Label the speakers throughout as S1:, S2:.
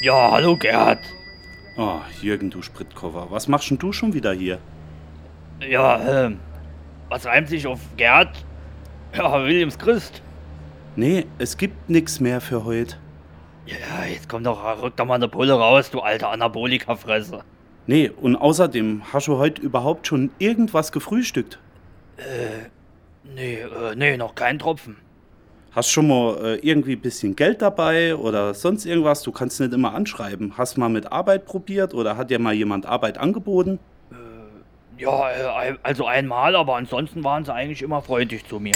S1: Ja, hallo Gerd.
S2: Oh, Jürgen, du Spritkover, was machst denn du schon wieder hier?
S1: Ja, ähm, was reimt sich auf Gerd? Ja, Williams Christ.
S2: Nee, es gibt nix mehr für heute.
S1: Ja, jetzt komm doch, rück doch mal eine Pulle raus, du alter Anabolika-Fresse.
S2: Nee, und außerdem hast du heute überhaupt schon irgendwas gefrühstückt.
S1: Äh, nee, äh, nee, noch kein Tropfen.
S2: Hast schon mal äh, irgendwie ein bisschen Geld dabei oder sonst irgendwas? Du kannst nicht immer anschreiben. Hast mal mit Arbeit probiert oder hat dir mal jemand Arbeit angeboten?
S1: Ja, äh, also einmal, aber ansonsten waren sie eigentlich immer freundlich zu mir.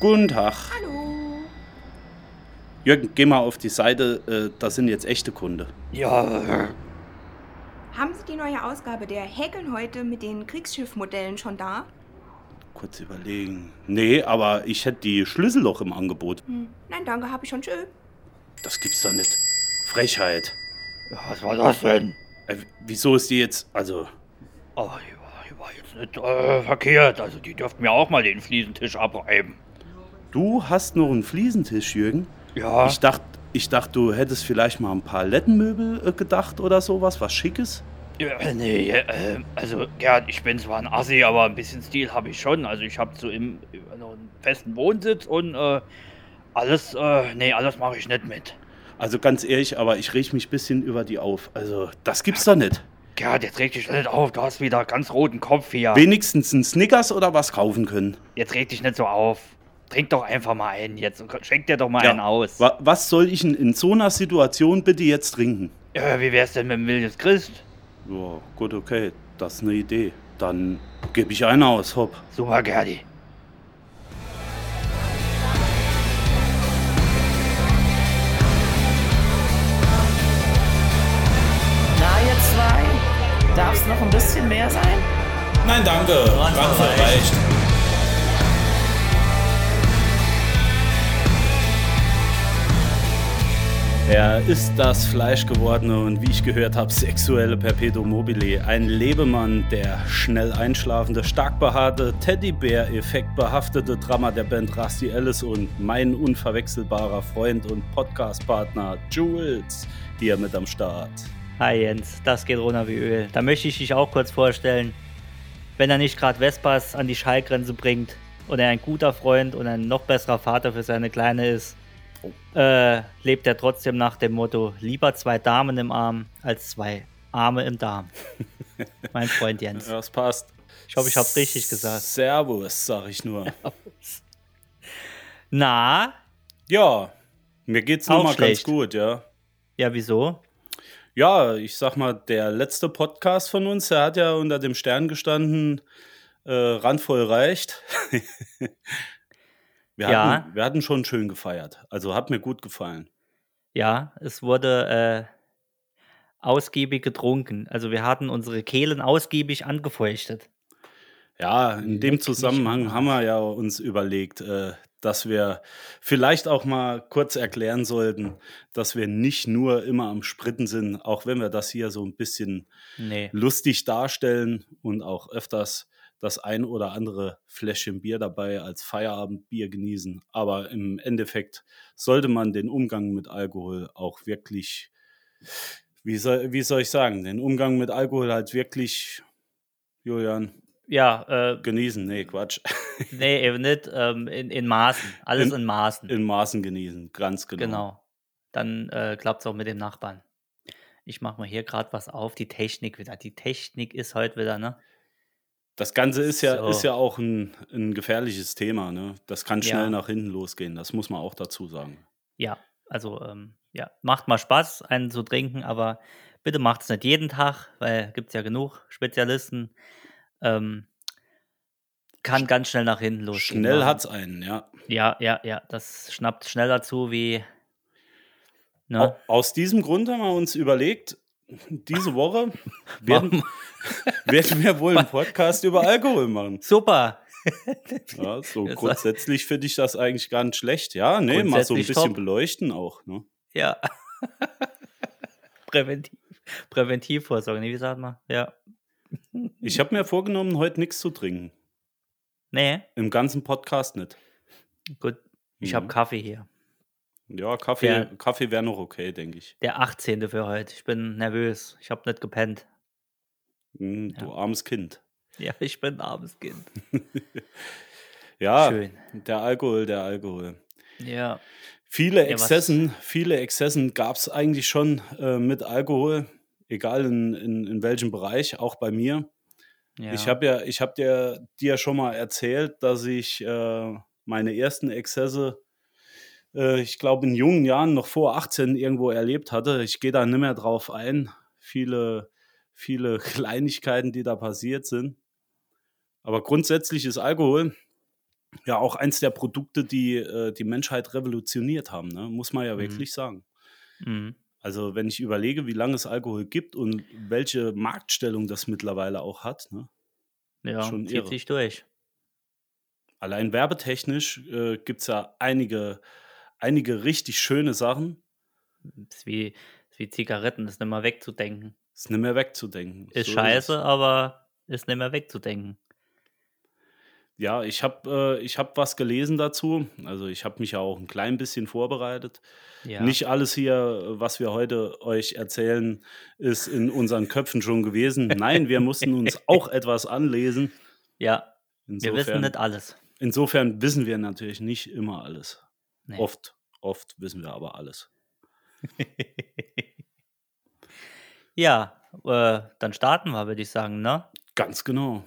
S2: Guten Tag.
S3: Hallo.
S2: Jürgen, geh mal auf die Seite, äh, da sind jetzt echte Kunde.
S1: Ja, äh,
S3: Haben Sie die neue Ausgabe der Häkeln heute mit den Kriegsschiffmodellen schon da?
S2: Kurz überlegen. Nee, aber ich hätte die Schlüssel doch im Angebot.
S3: Hm. Nein, danke, habe ich schon. Tschö.
S2: Das gibt's doch nicht. Frechheit.
S1: was war das denn?
S2: Äh, wieso ist die jetzt. Also,
S1: Oh, die war, die war jetzt nicht äh, verkehrt. Also die dürften mir auch mal den Fliesentisch abreiben.
S2: du hast noch einen Fliesentisch, Jürgen?
S1: Ja,
S2: Ich dachte, ich dacht, du hättest vielleicht mal ein paar Lettenmöbel äh, gedacht oder sowas, was Schickes.
S1: äh, nee, äh, also Gerd, ich bin zwar ein Assi, aber ein bisschen Stil habe ich schon. Also ich habe so im, noch einen festen Wohnsitz und äh, alles, äh, nee, alles mache ich nicht mit.
S2: Also ganz ehrlich, aber ich reg mich ein bisschen über die auf. Also, das gibt's doch nicht.
S1: Gerd, jetzt reg dich nicht auf, du hast wieder ganz roten Kopf hier.
S2: Wenigstens einen Snickers oder was kaufen können.
S1: Jetzt reg dich nicht so auf. Trink doch einfach mal einen jetzt und schenk dir doch mal
S2: Ja.
S1: einen aus.
S2: Wa was soll ich denn in so einer Situation bitte jetzt trinken?
S1: Äh, wie wär's denn mit dem Williams Christ?
S2: Ja, gut, okay, das ist eine Idee. Dann gebe ich einen aus, hopp.
S1: Super, Gerdi.
S4: Na, ihr zwei? Darf es noch ein bisschen mehr sein?
S5: Nein, danke. Brandfall reicht.
S2: Er ist das Fleisch gewordene und wie ich gehört habe, sexuelle Perpetuum mobile. Ein Lebemann, der schnell einschlafende, stark behaarte, Teddybär-Effekt behaftete Drama der Band Rusty Ellis und mein unverwechselbarer Freund und Podcast-Partner Jules hier mit am Start.
S6: Hi Jens, das geht runter wie Öl. Da möchte ich dich auch kurz vorstellen. Wenn er nicht gerade Vespas an die Schallgrenze bringt und er ein guter Freund und ein noch besserer Vater für seine Kleine ist, äh, lebt er trotzdem nach dem Motto: lieber zwei Damen im Arm als zwei Arme im Darm. mein Freund Jens.
S2: Das passt.
S6: Ich hoffe, ich habe richtig gesagt.
S2: Servus, sag ich nur.
S6: Na,
S2: Ja, mir geht's
S6: Auch
S2: nochmal ganz
S6: schlecht.
S2: gut, ja.
S6: ja, wieso?
S2: Ja, ich sag mal, der letzte Podcast von uns, der hat ja unter dem Stern gestanden, äh, randvoll reicht. wir,
S6: Ja.
S2: hatten, wir hatten schon schön gefeiert. Also hat mir gut gefallen.
S6: Ja, es wurde äh, ausgiebig getrunken. Also, wir hatten unsere Kehlen ausgiebig angefeuchtet.
S2: Ja, in
S6: Leck
S2: dem
S6: Hm, mich
S2: Zusammenhang
S6: am
S2: haben wir ja uns überlegt, äh, dass wir vielleicht auch mal kurz erklären sollten, dass wir nicht nur immer am Spritten sind, auch wenn wir das hier so ein bisschen
S6: Nee.
S2: lustig darstellen und auch öfters das ein oder andere Fläschchen Bier dabei als Feierabendbier genießen. Aber im Endeffekt sollte man den Umgang mit Alkohol auch wirklich, wie soll, wie soll ich sagen, den Umgang mit Alkohol halt wirklich, Julian,
S6: Ja, äh,
S2: genießen. Nee, Quatsch.
S6: Nee, eben nicht. Ähm, in, in Maßen. Alles in, Maßen.
S2: In Maßen genießen, ganz genau.
S6: genau. Dann äh, klappt es auch mit dem Nachbarn. Ich mache mal hier gerade was auf. Die Technik wieder. Die Technik ist heute wieder, ne?
S2: Das Ganze ist ja,
S6: So.
S2: ist ja auch ein, ein gefährliches Thema. Ne? Das kann schnell
S6: Ja.
S2: nach hinten losgehen. Das muss man auch dazu sagen.
S6: Ja, also, ähm, ja, macht mal Spaß, einen zu trinken, aber bitte macht es nicht jeden Tag, weil gibt es ja genug Spezialisten. Ähm, kann ganz schnell nach hinten losgehen.
S2: Schnell
S6: Warum?
S2: hat's einen, ja.
S6: Ja, ja, ja. Das schnappt schneller zu wie.
S2: Au-
S6: Ne?
S2: Aus diesem Grund haben wir uns überlegt, diese Woche werden, werden wir wohl einen Podcast über Alkohol machen.
S6: Super!
S2: Ja, so
S6: Das-
S2: grundsätzlich finde ich das eigentlich gar nicht schlecht. Ja, nee, mal so ein
S6: Grundsätzlich
S2: bisschen
S6: top.
S2: beleuchten auch. Ne?
S6: Ja. Präventiv. Präventivvorsorge, nee, wie sagt man? Ja.
S2: Ich habe mir vorgenommen, heute nichts zu trinken.
S6: Nee,
S2: Im ganzen Podcast nicht.
S6: gut. Ich
S2: Mhm.
S6: habe Kaffee hier.
S2: Ja, Kaffee,
S6: Ja.
S2: Kaffee wäre noch okay, denke ich.
S6: Der 18. für heute. Ich bin nervös. Ich habe nicht gepennt.
S2: Hm, Du
S6: Ja.
S2: armes Kind.
S6: Ja, ich bin ein armes Kind.
S2: Ja,
S6: Schön.
S2: der Alkohol, der Alkohol.
S6: Ja.
S2: Viele
S6: Ja, was-
S2: Exzessen, viele Exzessen gab es eigentlich schon äh, mit Alkohol, egal in, in, in welchem Bereich, auch bei mir.
S6: ja.
S2: Ich habe ja, ich habe dir, dir schon mal erzählt, dass ich äh, meine ersten Exzesse, äh, ich glaube, in jungen Jahren, noch vor 18 irgendwo erlebt hatte. Ich gehe da nicht mehr drauf ein. Viele, viele Kleinigkeiten, die da passiert sind. Aber grundsätzlich ist Alkohol ja auch eins der Produkte, die äh, die Menschheit revolutioniert haben, ne? muss man ja
S6: Mhm.
S2: wirklich sagen.
S6: Mhm.
S2: Also wenn ich überlege, wie lange es Alkohol gibt und welche Marktstellung das mittlerweile auch hat, ne?
S6: ja.
S2: schon
S6: zieht
S2: irre.
S6: sich durch.
S2: Allein werbetechnisch äh, gibt es ja einige, einige richtig schöne Sachen.
S6: Ist wie, ist wie Zigaretten, ist nicht mehr wegzudenken.
S2: Ist nicht mehr wegzudenken.
S6: Ist
S2: So
S6: scheiße,
S2: es.
S6: aber ist nicht mehr wegzudenken.
S2: Ja, ich habe äh, ich hab was gelesen dazu. Also ich habe mich ja auch ein klein bisschen vorbereitet.
S6: Ja.
S2: Nicht alles hier, was wir heute euch erzählen, ist in unseren Köpfen schon gewesen. Nein, wir mussten uns auch etwas anlesen.
S6: ja, wir
S2: Insofern,
S6: wissen nicht alles.
S2: insofern wissen wir natürlich nicht immer alles.
S6: Nee.
S2: Oft, oft wissen wir aber alles.
S6: ja, äh, dann starten wir, würde ich sagen, ne?
S2: Ganz genau.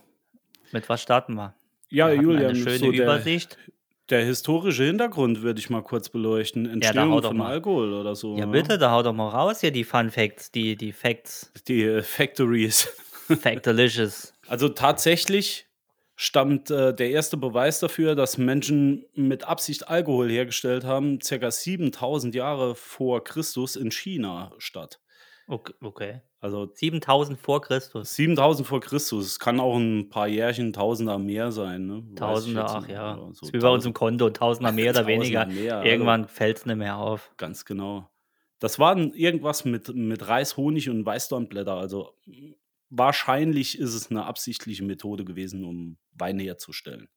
S6: Mit was starten wir?
S2: Ja,
S6: wir hatten
S2: Julian,
S6: eine schöne
S2: so der-
S6: Übersicht.
S2: Der historische Hintergrund würde ich mal kurz beleuchten. Entstehung
S6: hau doch
S2: von
S6: mal.
S2: Alkohol oder so.
S6: Ja,
S2: ne?
S6: bitte, da hau doch mal raus hier die Fun Facts, die, die Facts.
S2: Die äh, Factories.
S6: Factalicious.
S2: Also tatsächlich stammt äh, der erste Beweis dafür, dass Menschen mit Absicht Alkohol hergestellt haben, circa 7000 Jahre vor Christus in China statt.
S6: Okay. okay.
S2: Also
S6: 7000 vor Christus.
S2: 7000 vor Christus. Es kann auch ein paar Jährchen, Tausender mehr sein. Ne? Weiß ich
S6: Tausender,
S2: jetzt
S6: ach
S2: nicht.
S6: ja.
S2: so
S6: ist wie bei uns im
S2: tausend-
S6: Konto, Tausender mehr oder weniger.
S2: Tausender mehr, also-
S6: Irgendwann fällt es nicht mehr auf.
S2: Ganz genau. Das war ein- irgendwas mit, mit Reis, Honig und Weißdornblätter. Also mh, wahrscheinlich ist es eine absichtliche Methode gewesen, um Wein herzustellen.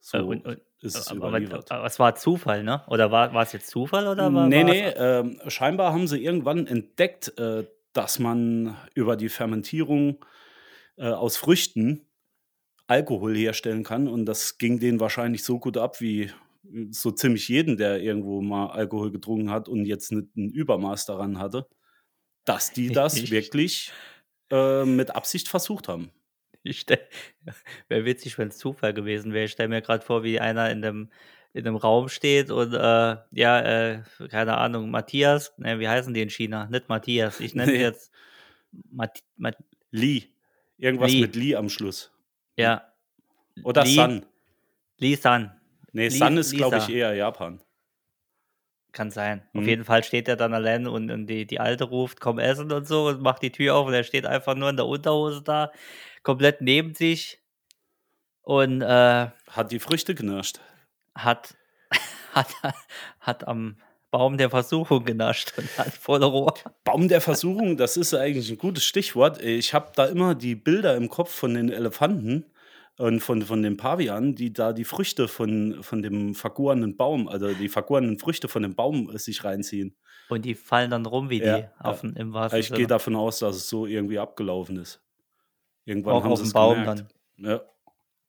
S2: So
S6: Äh, und- und-
S2: ist es
S6: aber,
S2: überliefert.
S6: aber es war Zufall, ne? Oder war, war es jetzt Zufall oder war
S2: nee,
S6: war
S2: nee,
S6: es-
S2: ähm, scheinbar haben sie irgendwann entdeckt, äh, dass man über die Fermentierung äh, aus Früchten Alkohol herstellen kann. Und das ging denen wahrscheinlich so gut ab wie so ziemlich jeden, der irgendwo mal Alkohol getrunken hat und jetzt nicht ein Übermaß daran hatte, dass die das
S6: Echt?
S2: wirklich äh, mit Absicht versucht haben.
S6: Ich stell, wäre witzig, wenn es Zufall gewesen wäre. Ich stelle mir gerade vor, wie einer in dem, in dem Raum steht und äh, ja, äh, keine Ahnung, Matthias, ne, wie heißen die in China? Nicht Matthias, ich nenne
S2: Nee.
S6: jetzt Mat, Mat,
S2: Lee. Irgendwas
S6: Lee.
S2: mit Lee am Schluss.
S6: ja,
S2: Oder
S6: Lee.
S2: Sun.
S6: Lee San.
S2: Nee,
S6: Lee-
S2: Sun ist, glaube ich,
S6: Lisa.
S2: eher Japan.
S6: Kann sein. Auf
S2: Mhm.
S6: jeden Fall steht er dann allein und, und die, die Alte ruft, komm essen und so und macht die Tür auf und er steht einfach nur in der Unterhose da, komplett neben sich und äh,
S2: Hat die Früchte knirscht.
S6: hat, hat, hat am Baum der Versuchung genascht und hat voll Rohr.
S2: Baum der Versuchung, das ist eigentlich ein gutes Stichwort. Ich habe da immer die Bilder im Kopf von den Elefanten und von, von den Pavianen, die da die Früchte von, von dem vergorenen Baum, also die vergorenen Früchte von dem Baum äh, sich reinziehen.
S6: Und die fallen dann rum wie die
S2: Ja,
S6: Affen im Wasser.
S2: Ich gehe davon aus, dass es so irgendwie abgelaufen ist. Irgendwann
S6: auch
S2: haben
S6: auf
S2: sie
S6: dem
S2: es
S6: Baum
S2: gemerkt.
S6: dann.
S2: Ja.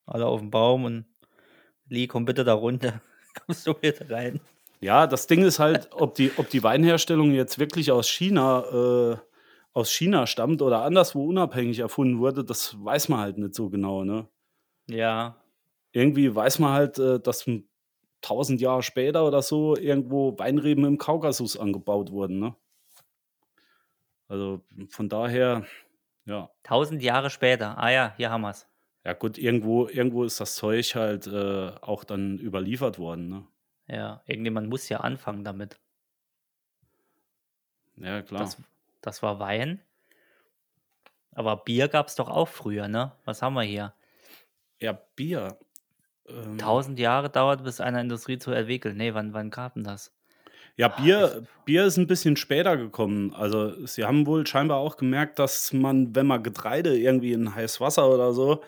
S6: Alle auf dem Baum und Lee, komm bitte da runter. Kommst du bitte rein?
S2: Ja, das Ding ist halt, ob die, ob die Weinherstellung jetzt wirklich aus China, äh, aus China stammt oder anderswo unabhängig erfunden wurde, das weiß man halt nicht so genau. Ne?
S6: Ja.
S2: irgendwie weiß man halt, äh, dass tausend Jahre später oder so irgendwo Weinreben im Kaukasus angebaut wurden. Ne? Also von daher, ja.
S6: Tausend Jahre später. Ah ja, hier haben wir es.
S2: Ja gut, irgendwo, irgendwo ist das Zeug halt äh, auch dann überliefert worden. Ne?
S6: Ja, irgendjemand muss ja anfangen damit.
S2: Ja, klar.
S6: Das, das war Wein. Aber Bier gab es doch auch früher, ne? Was haben wir hier?
S2: ja, Bier. Ähm,
S6: Tausend Jahre dauert, bis eine Industrie zu entwickeln. Nee, wann, wann gab denn das?
S2: Ja,
S6: Ah,
S2: Bier, Bier ist ein bisschen später gekommen. Also, sie haben wohl scheinbar auch gemerkt, dass man, wenn man Getreide irgendwie in heiß Wasser oder so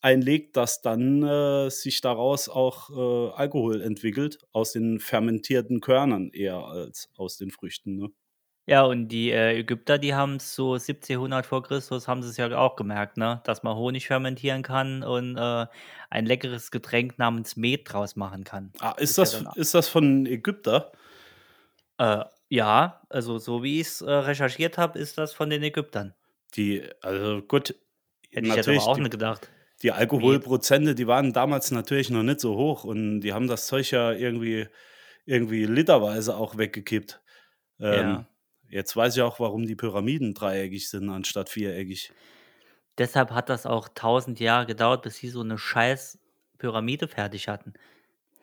S2: einlegt, dass dann äh, sich daraus auch äh, Alkohol entwickelt, aus den fermentierten Körnern eher als aus den Früchten. Ne?
S6: Ja, und die äh, Ägypter, die haben es so 1700 vor Christus, haben sie es ja auch gemerkt, ne? dass man Honig fermentieren kann und äh, ein leckeres Getränk namens Met draus machen kann.
S2: Ah, ist,
S6: Ist ja
S2: das,
S6: dann-
S2: ist das von Ägypter?
S6: Äh, ja, also so wie ich es äh, recherchiert habe, ist das von den Ägyptern.
S2: Die, also gut,
S6: Hätte ich jetzt aber auch nicht gedacht.
S2: Die Alkoholprozente, die waren damals natürlich noch nicht so hoch und die haben das Zeug ja irgendwie, irgendwie literweise auch weggekippt. Ähm,
S6: Ja.
S2: Jetzt weiß ich auch, warum die Pyramiden dreieckig sind anstatt viereckig.
S6: Deshalb hat das auch tausend Jahre gedauert, bis sie so eine scheiß Pyramide fertig hatten.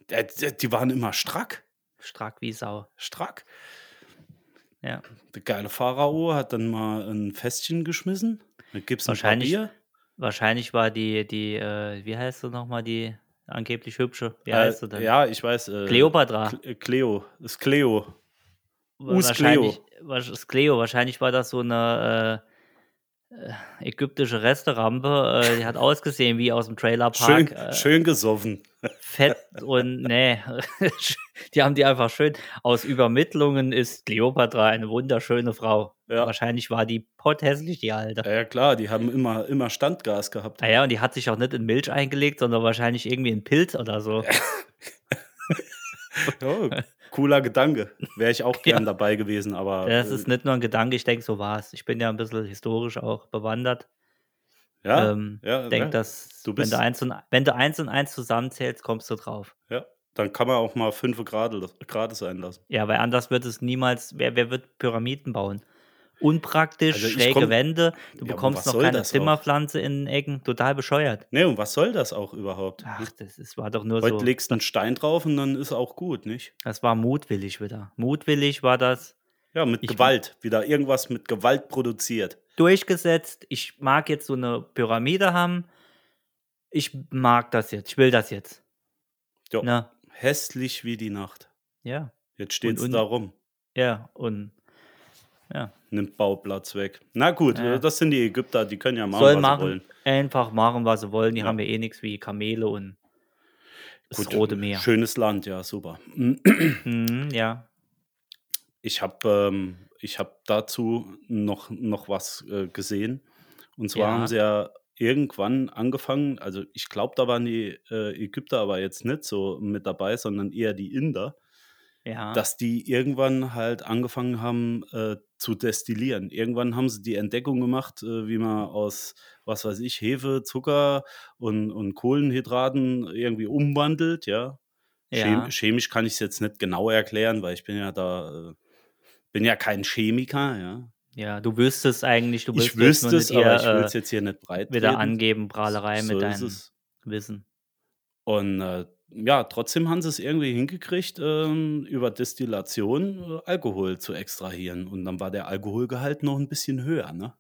S2: Äh, Die die waren immer strack,
S6: Strack wie Sau.
S2: strack.
S6: Ja.
S2: Der geile Pharao hat dann mal ein Fässchen geschmissen. Da gibt's ein
S6: Wahrscheinlich-
S2: Papier.
S6: Wahrscheinlich war die, die, äh, wie heißt sie nochmal, die angeblich hübsche? Wie heißt sie
S2: äh,
S6: denn?
S2: ja, ich weiß. Äh,
S6: Kleopatra.
S2: Kle- Cleo. Ist Cleo. Us
S6: wahrscheinlich, wasch- ist Cleo. Wahrscheinlich war das so eine äh, äh, ägyptische Resterampe. Äh, die hat ausgesehen wie aus dem
S2: Schön,
S6: Trailerpark. äh,
S2: schön gesoffen.
S6: Fett und nee. die haben die einfach schön. Aus Übermittlungen ist Cleopatra eine wunderschöne Frau.
S2: Ja.
S6: Wahrscheinlich war die potthässlich, die Alte.
S2: Ja, ja, klar, die haben immer, immer Standgas gehabt.
S6: Naja, und die hat sich auch nicht in Milch eingelegt, sondern wahrscheinlich irgendwie in Pilz oder so.
S2: Oh, cooler Gedanke. Wäre ich auch gern dabei gewesen, aber
S6: Das
S2: äh,
S6: ist nicht nur ein Gedanke, ich denke, so war es. Ich bin ja ein bisschen historisch auch bewandert.
S2: ja,
S6: ähm,
S2: ja,
S6: denk,
S2: ne?
S6: dass
S2: Du
S6: wenn,
S2: bist-
S6: du eins und, wenn du eins und eins zusammenzählst, kommst du drauf.
S2: ja. Dann kann man auch mal fünf Grad, Grad sein lassen.
S6: Ja, weil anders wird es niemals, wer, wer wird Pyramiden bauen? Unpraktisch,
S2: Also ich
S6: schräge
S2: komm-
S6: Wände, du
S2: aber
S6: bekommst
S2: was
S6: noch
S2: soll
S6: keine
S2: das auch?
S6: Zimmerpflanze in den Ecken, total bescheuert.
S2: Nee, und was soll das auch überhaupt?
S6: Ach, das, ist- war doch nur
S2: Hm. Heute
S6: so.
S2: legst du einen Stein drauf und dann ist auch gut, nicht?
S6: Das war mutwillig wieder. Mutwillig war das
S2: Ja, mit
S6: Ich-
S2: Gewalt. Wieder irgendwas mit Gewalt produziert.
S6: durchgesetzt. Ich mag jetzt so eine Pyramide haben. Ich mag das jetzt. Ich will das jetzt.
S2: Ja.
S6: Na,
S2: Hässlich wie die Nacht.
S6: ja,
S2: Jetzt steht es
S6: Und- und-
S2: da rum.
S6: ja. Und
S2: Nimmt Bauplatz weg. Na gut,
S6: Ja.
S2: äh, das sind die Ägypter, die können ja machen,
S6: sollen
S2: was
S6: machen.
S2: sie wollen.
S6: Einfach machen, was sie wollen. Die
S2: Ja.
S6: haben ja eh nichts wie Kamele und das
S2: Gut,
S6: Rote Meer.
S2: Schönes Land, ja, super. Hm.
S6: Mhm, ja.
S2: Ich habe ähm, ich hab dazu noch, noch was äh, gesehen. Und zwar
S6: Ja.
S2: haben sie ja irgendwann angefangen, also ich glaube, da waren die äh, Ägypter aber jetzt nicht so mit dabei, sondern eher die Inder,
S6: Ja.
S2: dass die irgendwann halt angefangen haben äh, zu destillieren. Irgendwann haben sie die Entdeckung gemacht, äh, wie man aus, was weiß ich, Hefe, Zucker und, und Kohlenhydraten irgendwie umwandelt, ja.
S6: ja.
S2: Chem chemisch kann ich es jetzt nicht genau erklären, weil ich bin ja da, äh, bin ja kein Chemiker, ja.
S6: ja, du wüsstest eigentlich, du
S2: ich
S6: willst jetzt nur
S2: wüsste es,
S6: mit ihr,
S2: aber ich will es
S6: äh,
S2: jetzt hier nicht breit
S6: wieder angeben, Prahlerei
S2: so ist
S6: mit deinem
S2: es.
S6: Wissen.
S2: Und äh, ja, trotzdem haben sie es irgendwie hingekriegt, ähm, über Destillation äh, Alkohol zu extrahieren. Und dann war der Alkoholgehalt noch ein bisschen höher, ne?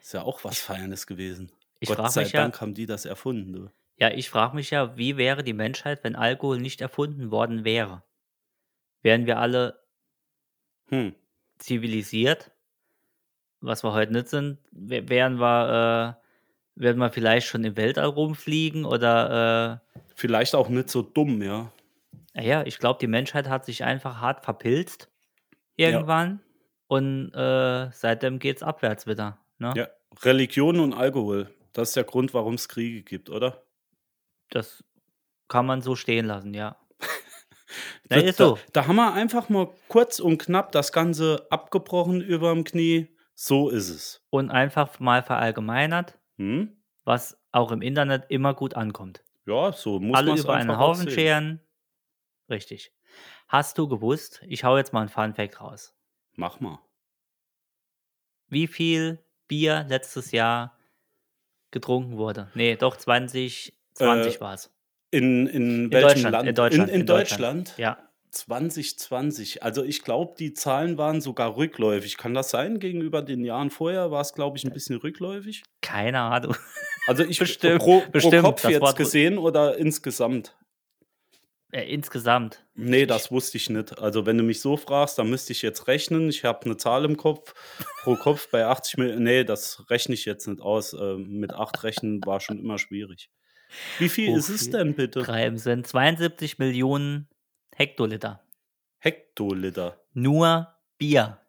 S2: Ist ja auch was Feines gewesen.
S6: Ich
S2: Gott
S6: frage
S2: sei
S6: mich ja,
S2: Dank haben die das erfunden. Du.
S6: ja, ich frage mich ja, wie wäre die Menschheit, wenn Alkohol nicht erfunden worden wäre? Wären wir alle
S2: Hm.
S6: zivilisiert, was wir heute nicht sind, wä- wären wir, äh, werden wir vielleicht schon im Weltall rumfliegen oder äh,
S2: Vielleicht auch nicht so dumm, ja.
S6: Naja, ich glaube, die Menschheit hat sich einfach hart verpilzt irgendwann und äh, seitdem geht's abwärts wieder. Ne?
S2: Ja, Religion und Alkohol. Das ist der Grund, warum es Kriege gibt, oder?
S6: Das kann man so stehen lassen, ja. Na,
S2: Da-
S6: ist so.
S2: Da, da haben wir einfach mal kurz und knapp das Ganze abgebrochen überm Knie. So ist es.
S6: Und einfach mal verallgemeinert,
S2: Hm?
S6: was auch im Internet immer gut ankommt.
S2: Ja, so muss
S6: Alle
S2: man's
S6: über einen
S2: einfach auch
S6: Haufen
S2: sehen.
S6: scheren. Richtig. Hast du gewusst, ich hau jetzt mal ein Funfact raus.
S2: Mach mal.
S6: Wie viel Bier letztes Jahr getrunken wurde? Nee, doch 2020
S2: Äh,
S6: war's.
S2: In, in, welchem
S6: Deutschland,
S2: Land?
S6: in Deutschland,
S2: In, in,
S6: in Deutschland.
S2: Deutschland?
S6: Ja.
S2: 2020. Also ich glaube, die Zahlen waren sogar rückläufig. Kann das sein? Gegenüber den Jahren vorher war es, glaube ich, ein bisschen rückläufig.
S6: Keine Ahnung.
S2: Also ich
S6: Bestimmt,
S2: pro, pro
S6: bestimmt,
S2: Kopf
S6: das war
S2: jetzt
S6: drü-
S2: gesehen oder insgesamt?
S6: Äh, insgesamt.
S2: Nee, das wusste ich nicht. Also, wenn du mich so fragst, dann müsste ich jetzt rechnen. Ich habe eine Zahl im Kopf. Pro Kopf bei 80 Millionen. Nee, das rechne ich jetzt nicht aus. Ähm, mit 8 rechnen war schon immer schwierig. Wie viel
S6: Oh,
S2: ist es
S6: viel.
S2: denn bitte?
S6: Treiben sind 72 Millionen Hektoliter.
S2: Hektoliter.
S6: Nur Bier.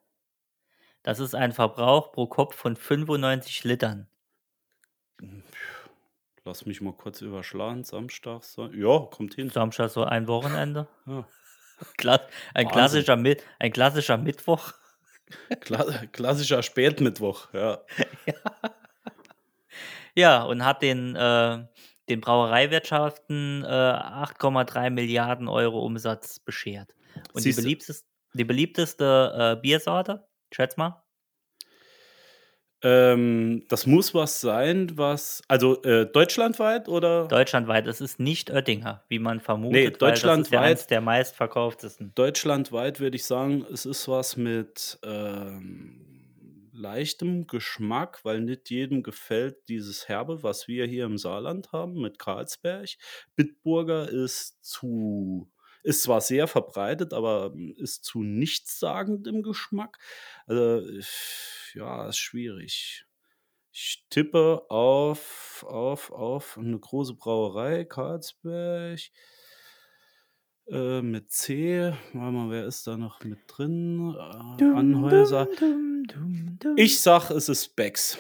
S6: Das ist ein Verbrauch pro Kopf von 95 Litern.
S2: Lass mich mal kurz überschlagen. Samstag. Sa- Ja, kommt hin.
S6: Samstag so ein Wochenende.
S2: Ja.
S6: Kla ein,
S2: Hm. Wahnsinn.
S6: klassischer Mit ein klassischer Mittwoch.
S2: Kla klassischer Spätmittwoch. Ja.
S6: Ja, und hat den, äh, den Brauereiwirtschaften äh, 8,3 Milliarden Euro Umsatz beschert. Und die
S2: Siehste.
S6: beliebteste, die beliebteste äh, Biersorte, schätz mal,
S2: Ähm, das muss was sein, was. Also, äh, deutschlandweit oder?
S6: deutschlandweit. Es ist nicht Oettinger, wie man vermutet.
S2: Nee,
S6: weil Das ist ja
S2: deutschlandweit-
S6: eins der meistverkauftesten.
S2: Deutschlandweit würde ich sagen, es ist was mit ähm, leichtem Geschmack, weil nicht jedem gefällt dieses Herbe, was wir hier im Saarland haben mit Karlsberg. Bitburger ist zu, ist zwar sehr verbreitet, aber ähm, ist zu nichtssagend im Geschmack. Also, ich- ja, ist schwierig. Ich tippe auf, auf, auf eine große Brauerei, Karlsberg. Äh, mit C, warte mal, wer ist da noch mit drin? Äh, Anhäuser. Ich sag, es ist Becks.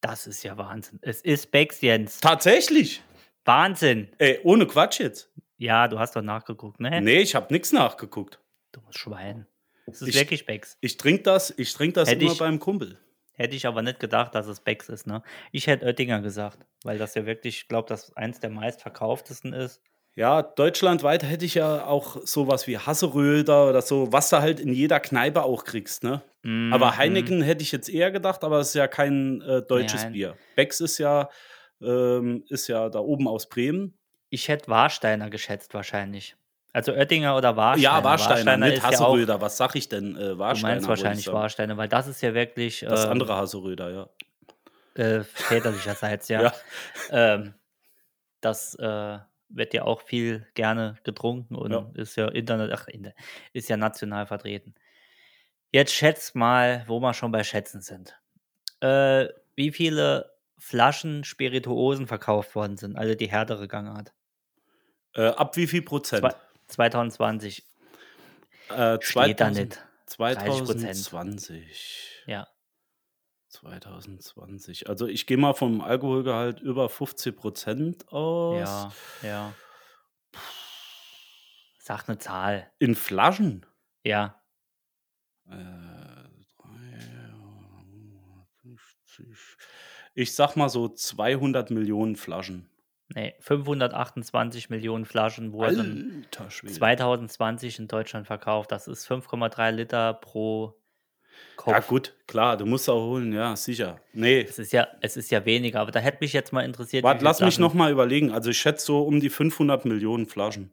S6: Das ist ja Wahnsinn. Es ist Becks, Jens.
S2: Tatsächlich?
S6: Wahnsinn.
S2: Ey, ohne Quatsch jetzt.
S6: Ja, du hast doch nachgeguckt, ne?
S2: Nee, ich habe nichts nachgeguckt.
S6: Dummes Schwein. Es ist
S2: Ich-
S6: wirklich Becks.
S2: Ich trinke das, ich trinke das
S6: Hätte
S2: immer
S6: ich-
S2: beim Kumpel.
S6: Hätte ich aber nicht gedacht, dass es Becks ist, ne? Ich hätte Oettinger gesagt, weil das ja wirklich, ich glaube, dass eins der meistverkauftesten ist.
S2: Ja, deutschlandweit hätte ich ja auch sowas wie Hasseröder oder so, was du halt in jeder Kneipe auch kriegst, ne?
S6: Mm,
S2: Aber Heineken hätte ich jetzt eher gedacht, aber es ist ja kein äh, deutsches
S6: Nein.
S2: Bier. Becks ist ja, ähm, ist ja da oben aus Bremen.
S6: Ich hätte Warsteiner geschätzt wahrscheinlich. Also Oettinger oder Warsteiner.
S2: Ja, Warsteiner, nicht
S6: ist ja auch,
S2: Hasseröder. Was sag ich denn? Äh,
S6: Du
S2: Warsteiner.
S6: meinst
S2: wollte ich
S6: wahrscheinlich
S2: sagen.
S6: Warsteiner, weil das ist ja wirklich
S2: Das
S6: ähm,
S2: andere Hasseröder, ja.
S6: äh, väterlicherseits, ja.
S2: Ja.
S6: Ähm, das äh, wird ja auch viel gerne getrunken und
S2: Ja.
S6: ist ja Internet, ach, Inter- ist ja national vertreten. Jetzt schätzt mal, wo wir schon bei Schätzen sind. Äh, wie viele Flaschen Spirituosen verkauft worden sind, also die härtere Gangart.
S2: Äh, ab wie viel Prozent?
S6: Zwei- 2020
S2: äh,
S6: steht da
S2: 2000
S6: nicht.
S2: 2020.
S6: Ja.
S2: 2020. Also ich gehe mal vom Alkoholgehalt über 50 Prozent aus.
S6: Ja, ja. Sag eine Zahl.
S2: In Flaschen?
S6: Ja,
S2: Äh, 350. Ich sag mal so 200 Millionen Flaschen.
S6: nee, 528 Millionen Flaschen wurden
S2: Alter Schwede.
S6: 2020 in Deutschland verkauft. Das ist 5,3 Liter pro Kopf.
S2: Ja gut, klar, du musst auch holen, ja, sicher. Nee,
S6: Es ist ja, es ist ja weniger, aber da hätte mich jetzt mal interessiert. wie
S2: warte,
S6: viel
S2: lass mich
S6: Flaschen-
S2: noch mal überlegen. Also ich schätze so um die 500 Millionen Flaschen.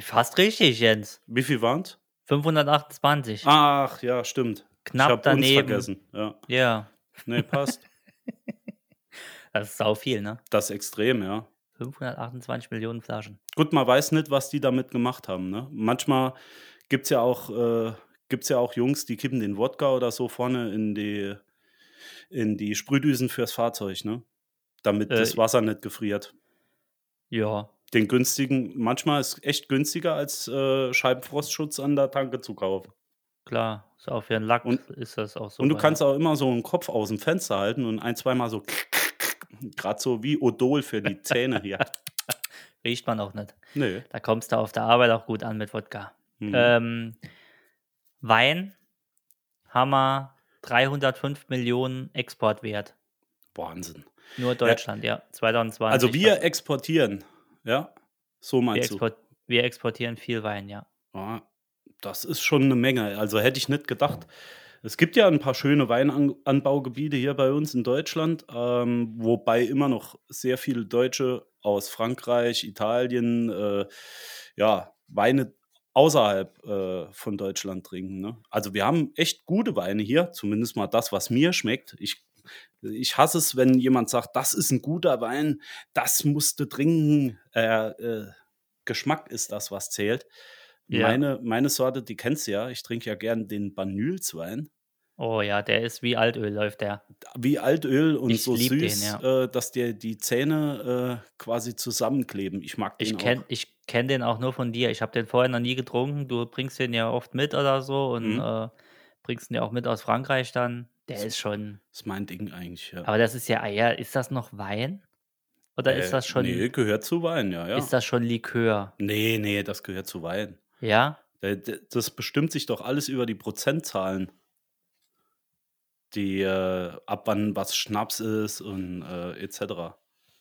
S6: Fast richtig, Jens.
S2: Wie viel waren's?
S6: 528.
S2: Ach, ja, stimmt.
S6: Knapp
S2: Ah, ich hab
S6: daneben.
S2: uns vergessen. Ja,
S6: Ja,
S2: nee, passt.
S6: das ist sau viel, ne?
S2: das ist extrem, ja.
S6: 528 Millionen Flaschen.
S2: Gut, man weiß nicht, was die damit gemacht haben. Ne? Manchmal gibt's ja auch, äh, gibt's ja auch Jungs, die kippen den Wodka oder so vorne in die, in die Sprühdüsen fürs Fahrzeug, ne? Damit
S6: Äh,
S2: das Wasser nicht gefriert.
S6: Ja,
S2: Den günstigen, manchmal ist echt günstiger als äh, Scheibenfrostschutz an der Tanke zu kaufen.
S6: klar. Ist auch für einen Lack
S2: Und-
S6: ist das auch so.
S2: Und du kannst auch immer so einen Kopf aus dem Fenster halten und ein, zweimal so, gerade so wie Odol für die Zähne hier.
S6: Riecht man auch nicht.
S2: Nee.
S6: Da kommst du auf der Arbeit auch gut an mit Wodka.
S2: Hm.
S6: Ähm, Wein haben wir 305 Millionen Exportwert.
S2: Wahnsinn.
S6: Nur Deutschland, ja. 2020.
S2: Also wir exportieren, ja? So
S6: wir,
S2: meinst du?
S6: export, wir exportieren viel Wein, ja.
S2: Ja, das ist schon eine Menge. Also hätte ich nicht gedacht. Es gibt ja ein paar schöne Weinanbaugebiete hier bei uns in Deutschland, ähm, wobei immer noch sehr viele Deutsche aus Frankreich, Italien, äh, ja, Weine außerhalb äh, von Deutschland trinken. Ne? Also wir haben echt gute Weine hier, zumindest mal das, was mir schmeckt. Ich, ich hasse es, wenn jemand sagt, das ist ein guter Wein, das musst du trinken. Äh, äh, Geschmack ist das, was zählt.
S6: Ja.
S2: Meine, meine Sorte, die kennst du ja. Ich trinke ja gern den Banylswein.
S6: Oh ja, der ist wie Altöl, läuft der.
S2: Wie Altöl und
S6: Ich
S2: so süß,
S6: lieb den, ja.
S2: äh, dass dir die Zähne äh, quasi zusammenkleben. Ich mag den
S6: Ich
S2: auch.
S6: kenne ich kenn den auch nur von dir. Ich habe den vorher noch nie getrunken. Du bringst den ja oft mit oder so und
S2: Mhm.
S6: äh, bringst ihn ja auch mit aus Frankreich dann. Der ist schon.
S2: ist mein Ding eigentlich, ja.
S6: Aber das ist ja Eier. Ist das noch Wein? Oder
S2: Äh,
S6: ist das schon.
S2: Nee, gehört zu Wein, ja, ja.
S6: Ist das schon Likör?
S2: nee, nee, das gehört zu Wein.
S6: Ja?
S2: Da- da- Das bestimmt sich doch alles über die Prozentzahlen. Die, äh, ab wann was Schnaps ist und äh, etc.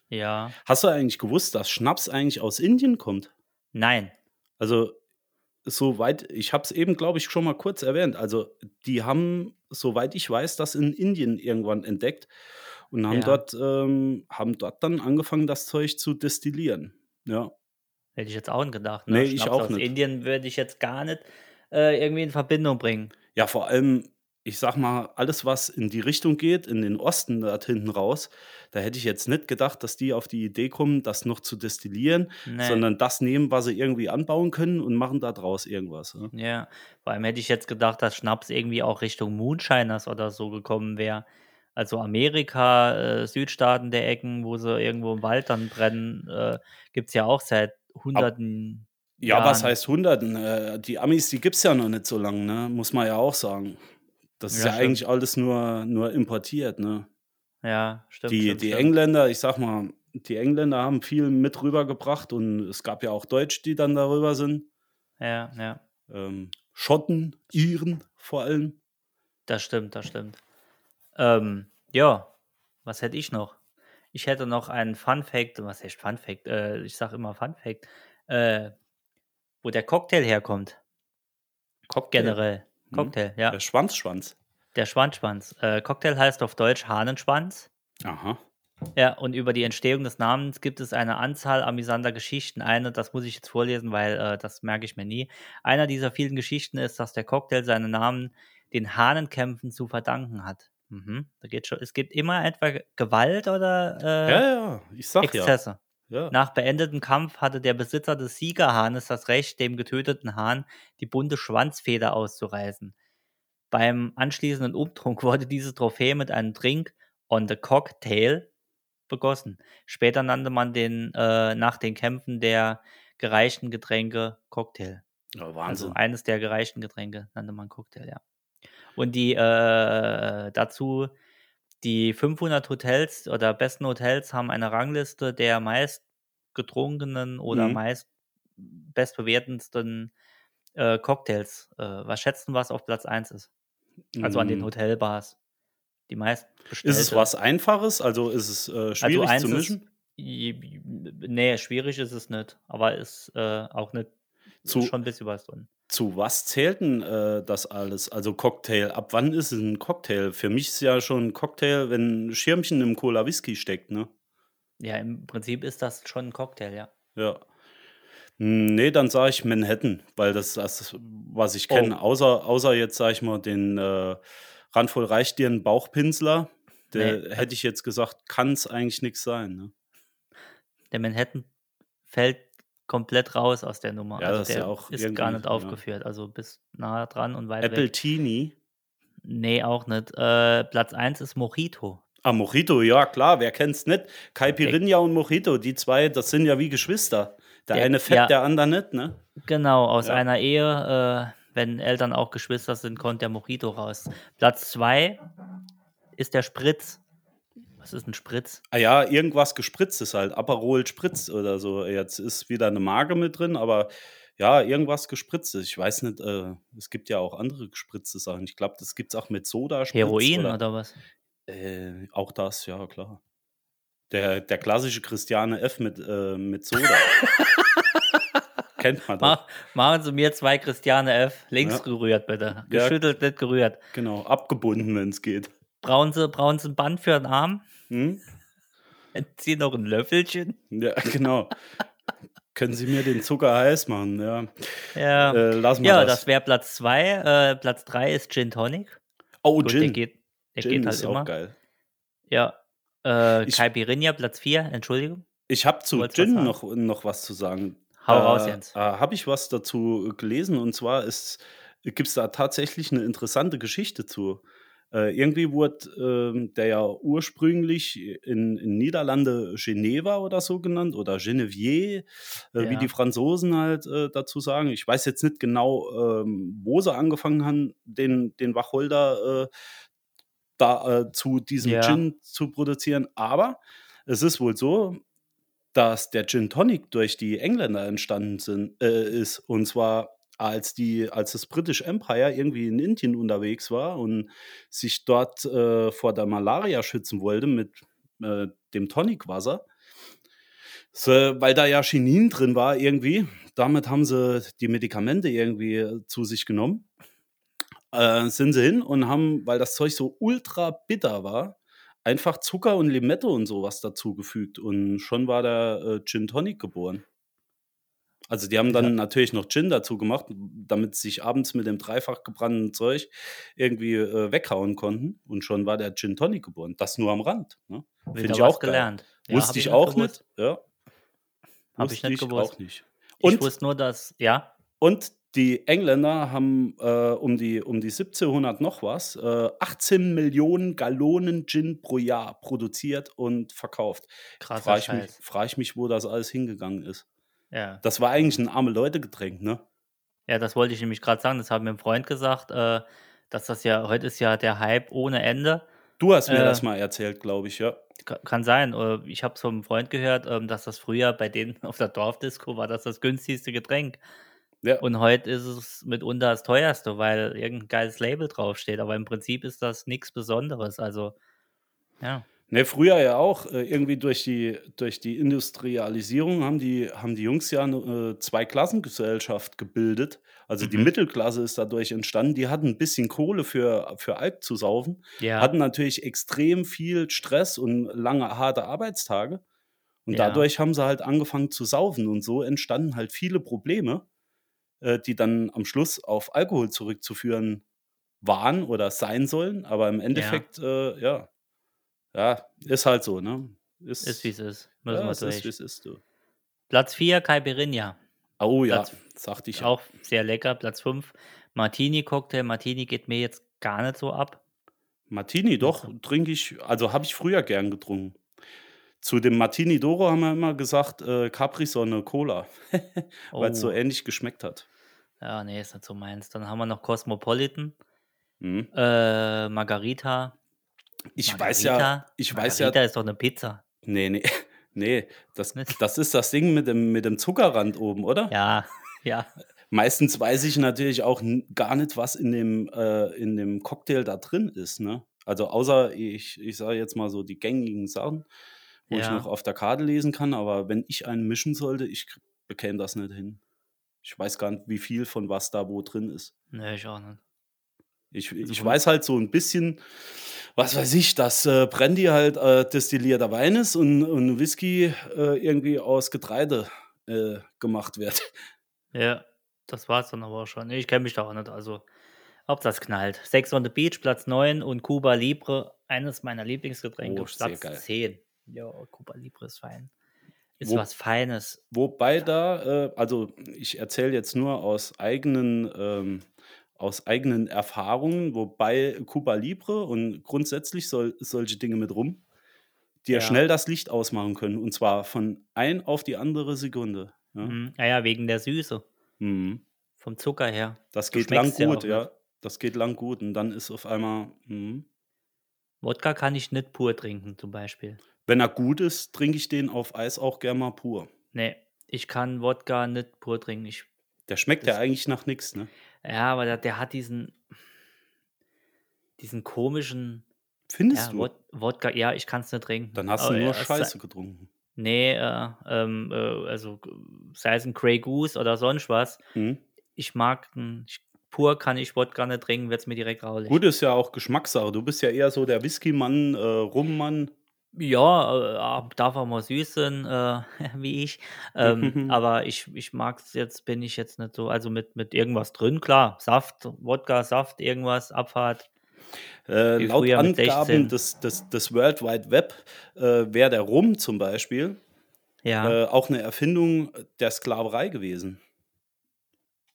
S6: Ja.
S2: Hast du eigentlich gewusst, dass Schnaps eigentlich aus Indien kommt?
S6: Nein.
S2: Also, soweit, ich habe es eben, glaube ich, schon mal kurz erwähnt. Also, die haben, soweit ich weiß, das in Indien irgendwann entdeckt und haben,
S6: Ja.
S2: dort, ähm, haben dort dann angefangen, das Zeug zu destillieren. Ja,
S6: Hätte ich jetzt auch nicht gedacht. Ne?
S2: Nee, ich auch
S6: aus
S2: nicht.
S6: Indien würde ich jetzt gar nicht äh, irgendwie in Verbindung bringen.
S2: ja vor allem, ich sag mal, alles, was in die Richtung geht, in den Osten dort hinten raus, da hätte ich jetzt nicht gedacht, dass die auf die Idee kommen, das noch zu destillieren,
S6: Nee.
S2: sondern das nehmen, was sie irgendwie anbauen können und machen da draus irgendwas. Ja.
S6: Ja, vor allem hätte ich jetzt gedacht, dass Schnaps irgendwie auch Richtung Moonshiners oder so gekommen wäre. Also Amerika, äh, Südstaaten der Ecken, wo sie irgendwo im Wald dann brennen, äh, gibt es ja auch seit hunderten
S2: Ja, was
S6: Jahren.
S2: heißt Hunderten? Äh, Die Amis, die gibt es ja noch nicht so lange, ne? muss man ja auch sagen. Das ist
S6: Ja,
S2: ja,
S6: stimmt.
S2: eigentlich alles nur, nur importiert. Ne?
S6: Ja, stimmt.
S2: Die,
S6: stimmt,
S2: die
S6: stimmt.
S2: Engländer, ich sag mal, die Engländer haben viel mit rübergebracht und es gab ja auch Deutsch, die dann darüber sind.
S6: Ja, ja,
S2: Ähm, Schotten, Iren vor allem.
S6: das stimmt, das stimmt. Ähm, ja, was hätte ich noch? Ich hätte noch einen Fun Fact, was heißt Fun Fact? Äh, ich sage immer Fun Fact, äh, wo der Cocktail herkommt,
S2: Cocktail.
S6: generell.
S2: Mhm.
S6: Cocktail, ja.
S2: Der Schwanzschwanz.
S6: Der Schwanzschwanz. Äh, Cocktail heißt auf Deutsch Hahnenschwanz.
S2: Aha.
S6: Ja, und über die Entstehung des Namens gibt es eine Anzahl amüsanter Geschichten. Eine, das muss ich jetzt vorlesen, weil äh, das merke ich mir nie. Einer dieser vielen Geschichten ist, dass der Cocktail seinen Namen den Hahnenkämpfen zu verdanken hat. Mhm. Da geht schon, es gibt immer etwa Ge- Gewalt oder äh,
S2: Ja, ja, ich sag
S6: Exzesse.
S2: ja. ja.
S6: Nach beendetem Kampf hatte der Besitzer des Siegerhahnes das Recht, dem getöteten Hahn die bunte Schwanzfeder auszureißen. Beim anschließenden Umtrunk wurde diese Trophäe mit einem Drink on the Cocktail begossen. Später nannte man den äh, nach den Kämpfen der gereichten Getränke Cocktail.
S2: ja,
S6: Also
S2: Wahnsinn.
S6: eines der gereichten Getränke nannte man Cocktail, ja. Und die äh, dazu die 500 Hotels oder besten Hotels haben eine Rangliste der meist getrunkenen oder
S2: Mhm.
S6: meist bestbewertendsten äh, Cocktails. Äh, was schätzen, was auf Platz 1 ist? Also an den
S2: Mhm.
S6: Hotelbars. Die meist
S2: Ist es was Einfaches? Also ist es äh, schwierig
S6: eins
S2: zu
S6: ist-
S2: mischen?
S6: Nee, schwierig ist es nicht, aber ist äh, auch nicht
S2: Zu-
S6: schon ein bisschen was drin.
S2: Zu was zählt denn äh, das alles? Also Cocktail, ab wann ist es ein Cocktail? Für mich ist ja schon ein Cocktail, wenn ein Schirmchen im Cola Whisky steckt, ne?
S6: Ja, im Prinzip ist das schon ein Cocktail, ja.
S2: Ja. Hm, Nee, dann sage ich Manhattan, weil das ist das, was ich kenne.
S6: Oh.
S2: Außer, außer jetzt, sage ich mal, den äh, Randvoll Reichtieren Bauchpinsler. Der
S6: Nee,
S2: hätte ich jetzt gesagt, kann es eigentlich nichts sein. Ne?
S6: Der Manhattan fällt komplett raus aus der Nummer.
S2: Ja,
S6: also
S2: das ist
S6: der
S2: ja auch
S6: ist gar
S2: irgendwie,
S6: nicht
S2: ja.
S6: aufgeführt. Also bis nah dran und weit
S2: Apple
S6: Halt weg.
S2: Teeny.
S6: Nee, auch nicht. Äh, Platz 1 ist Mojito.
S2: Ah, Mojito, ja klar, wer kennt's
S6: Halt
S2: nicht? Caipirinha und Mojito, die zwei, das sind ja wie Geschwister. Der
S6: Der-
S2: eine fett,
S6: ja.
S2: der andere nicht, ne?
S6: Genau, aus
S2: Ja.
S6: einer Ehe, äh, wenn Eltern auch Geschwister sind, kommt der Mojito raus. Platz 2 ist der Spritz. Was ist ein Spritz?
S2: Ah ja, irgendwas gespritztes halt. Aperol spritzt oder so. Jetzt ist wieder eine Marke mit drin, aber ja, irgendwas gespritztes. Ich weiß nicht, äh, es gibt ja auch andere gespritzte Sachen. Ich glaube, das gibt's auch mit Soda.
S6: Heroin oder, was?
S2: Äh, auch das, ja, klar. Der, der klassische Christiane F. mit, äh, mit Soda. Kennt man doch.
S6: Mach, machen Sie mir zwei Christiane F. Links
S2: Ja.
S6: gerührt, bitte.
S2: Ja.
S6: Geschüttelt, nicht gerührt.
S2: Genau, abgebunden, wenn es geht.
S6: Brauchen Sie, brauchen Sie ein Band für den Arm?
S2: Hm?
S6: Zieh noch ein Löffelchen.
S2: Ja, genau. Können Sie mir den Zucker heiß machen? Ja,
S6: Ja,
S2: äh, lassen wir
S6: ja
S2: das.
S6: das wäre Platz 2. Äh, Platz 3 ist Gin Tonic.
S2: oh,
S6: Gut, Der
S2: Gin.
S6: geht, der
S2: Gin
S6: geht halt
S2: ist
S6: immer.
S2: auch geil.
S6: Ja. Äh,
S2: Ich-
S6: Caipirinha, Platz 4, Entschuldigung.
S2: Ich habe zu
S6: wolltest was
S2: Gin
S6: sagen?
S2: noch, noch was zu sagen.
S6: Hau raus, Jens.
S2: Äh, Habe ich was dazu äh, gelesen und zwar gibt es da tatsächlich eine interessante Geschichte zu. Äh, irgendwie wurde ähm, der ja ursprünglich in, in Niederlande Geneva oder so genannt oder Genevieve, äh, wie
S6: Ja.
S2: die Franzosen halt äh, dazu sagen. Ich weiß jetzt nicht genau, ähm, wo sie angefangen haben, den, den Wacholder äh, da äh, zu diesem
S6: Ja.
S2: Gin zu produzieren, aber es ist wohl so, dass der Gin Tonic durch die Engländer entstanden sind, äh, ist. Und zwar als die, als das British Empire irgendwie in Indien unterwegs war und sich dort äh, vor der Malaria schützen wollte mit äh, dem Tonicwasser. So, weil da ja Chinin drin war irgendwie. Damit haben sie die Medikamente irgendwie zu sich genommen. Äh, sind sie hin und haben, weil das Zeug so ultra bitter war, einfach Zucker und Limette und sowas dazugefügt und schon war der äh, Gin Tonic geboren. Also die haben dann natürlich noch Gin dazu gemacht, damit sie sich abends mit dem dreifach gebrannten Zeug irgendwie äh, weghauen konnten und schon war der Gin Tonic geboren. Das nur am Rand. Ne? Finde
S6: Wieder
S2: ich
S6: was
S2: auch geil.
S6: gelernt. Ja, hab
S2: Wusste ich
S6: nicht
S2: auch
S6: gewusst.
S2: nicht. Ja.
S6: Hab ich
S2: Wusste
S6: nicht gewusst.
S2: Auch nicht.
S6: Ich
S2: Und
S6: wusste nur, dass, ja,
S2: und die Engländer haben äh, um, die, um die 1700 noch was, äh, 18 Millionen Gallonen Gin pro Jahr produziert und verkauft.
S6: krasser
S2: Frage ich, mich,
S6: Scheiß.
S2: frag ich mich, wo das alles hingegangen ist.
S6: Ja.
S2: Das war eigentlich ein arme Leute-Getränk, ne?
S6: ja, das wollte ich nämlich gerade sagen. Das hat mir ein Freund gesagt, äh, dass das ja, heute ist ja der Hype ohne Ende.
S2: Du hast mir
S6: Äh.
S2: das mal erzählt, glaube ich, ja.
S6: Ka- Kann sein. Oder Ich habe es vom Freund gehört, ähm, dass das früher bei denen auf der Dorfdisco war, das das günstigste Getränk.
S2: Ja.
S6: Und heute ist es mitunter das teuerste, weil irgendein geiles Label draufsteht. Aber im Prinzip ist das nichts Besonderes. Also, ja.
S2: Ne, früher ja auch. äh, Irgendwie durch die, durch die Industrialisierung haben die, haben die Jungs ja eine äh, Zweiklassengesellschaft gebildet. Also die
S6: Mhm.
S2: Mittelklasse ist dadurch entstanden. Die hatten ein bisschen Kohle für, für Alk zu saufen.
S6: ja.
S2: hatten natürlich extrem viel Stress und lange, harte Arbeitstage. Und
S6: Ja.
S2: dadurch haben sie halt angefangen zu saufen. Und so entstanden halt viele Probleme, äh, die dann am Schluss auf Alkohol zurückzuführen waren oder sein sollen. Aber im Endeffekt, ja, äh, ja. ja ist halt so, ne?
S6: Ist wie es ist.
S2: ja,
S6: Müssen wir
S2: es ist,
S6: durch.
S2: wie es ist, du.
S6: Platz 4, Caipirinha.
S2: Oh ja,
S6: Das-
S2: sagte ich auch.
S6: Auch sehr lecker. Platz 5, Martini-Cocktail. Martini geht mir jetzt gar nicht so ab.
S2: Martini, doch, trinke ich, also habe ich früher gern getrunken. Zu dem Martini Doro haben wir immer gesagt, äh, Capri-Sonne, Cola. weil es
S6: Oh.
S2: so e- ähnlich geschmeckt hat.
S6: ja, nee, ist nicht so meins. Dann haben wir noch Cosmopolitan,
S2: Mhm.
S6: äh, Margarita.
S2: Ich
S6: Margarita.
S2: weiß ja, ich weiß ja,
S6: Margarita ist doch eine Pizza.
S2: nee, nee, nee, das,
S6: Nicht?
S2: das ist das Ding mit dem, mit dem Zuckerrand oben, oder?
S6: Ja, ja.
S2: Meistens weiß ich natürlich auch n- gar nicht, was in dem, äh, in dem Cocktail da drin ist, ne? Also außer ich, ich sage jetzt mal so die gängigen Sachen, wo ich
S6: Ja.
S2: noch auf der Karte lesen kann, aber wenn ich einen mischen sollte, ich k- bekäme das nicht hin. Ich weiß gar nicht, wie viel von was da wo drin ist.
S6: Nö, ich auch nicht.
S2: Ich,
S6: Also
S2: ich
S6: von-
S2: weiß halt so ein bisschen, was weiß ich, dass äh, Brandy halt äh, destillierter Wein ist und, und Whisky äh, irgendwie aus Getreide äh, gemacht wird.
S6: Ja, das war's dann aber auch schon. Nee, Ich kenne mich da auch nicht. Also, ob das knallt. Sex on the Beach, Platz 9 und Cuba Libre, eines meiner Lieblingsgetränke.
S2: Oh, sehr
S6: Platz
S2: geil.
S6: 10. Ja, Cuba Libre ist fein. Ist
S2: Wo-
S6: was Feines.
S2: Wobei da, äh, also ich erzähle jetzt nur aus eigenen, ähm, aus eigenen Erfahrungen, wobei Cuba Libre und grundsätzlich soll, solche Dinge mit rum dir
S6: Ja.
S2: schnell das Licht ausmachen können. Und zwar von ein auf die andere Sekunde. Ja?
S6: Mhm. Ja, ja, wegen der Süße.
S2: Mhm.
S6: Vom Zucker her.
S2: Das
S6: Du
S2: geht lang
S6: schmeckst ja
S2: gut,
S6: auch ne?
S2: ja.
S6: nicht.
S2: Das geht lang gut. Und dann ist auf einmal, hm.
S6: Wodka kann ich nicht pur trinken, zum Beispiel.
S2: wenn er gut ist, trinke ich den auf Eis auch gerne mal pur.
S6: Nee, ich kann Wodka nicht pur trinken. Ich,
S2: Der schmeckt
S6: Das-
S2: ja eigentlich nach nichts, ne?
S6: ja, aber der, der hat diesen, diesen komischen.
S2: Findest
S6: Ja, Oh
S2: du?
S6: Wod Wodka, ja, ich kann es nicht trinken.
S2: Dann hast du
S6: Aber
S2: nur
S6: es sei-
S2: Scheiße getrunken.
S6: Nee, äh, ähm, äh, also g- sei es ein Grey Goose oder sonst was.
S2: Hm?
S6: Ich mag n- ich, pur kann ich Wodka nicht trinken, wird es mir direkt raulig.
S2: Gut ist ja auch Geschmackssache. Du bist ja eher so der Whisky-Mann, äh, Rummann.
S6: Ja, äh, darf auch mal süß sein, äh, wie ich. Ähm, aber ich, ich mag es jetzt, bin ich jetzt nicht so. Also mit, mit irgendwas drin, klar. Saft, Wodka, Saft, irgendwas, Abfahrt.
S2: Äh,
S6: Wie
S2: laut
S6: früher mit
S2: Angaben
S6: 16.
S2: des, des, des World Wide Web äh, wäre der Rum zum Beispiel
S6: Ja.
S2: Äh, auch eine Erfindung der Sklaverei gewesen.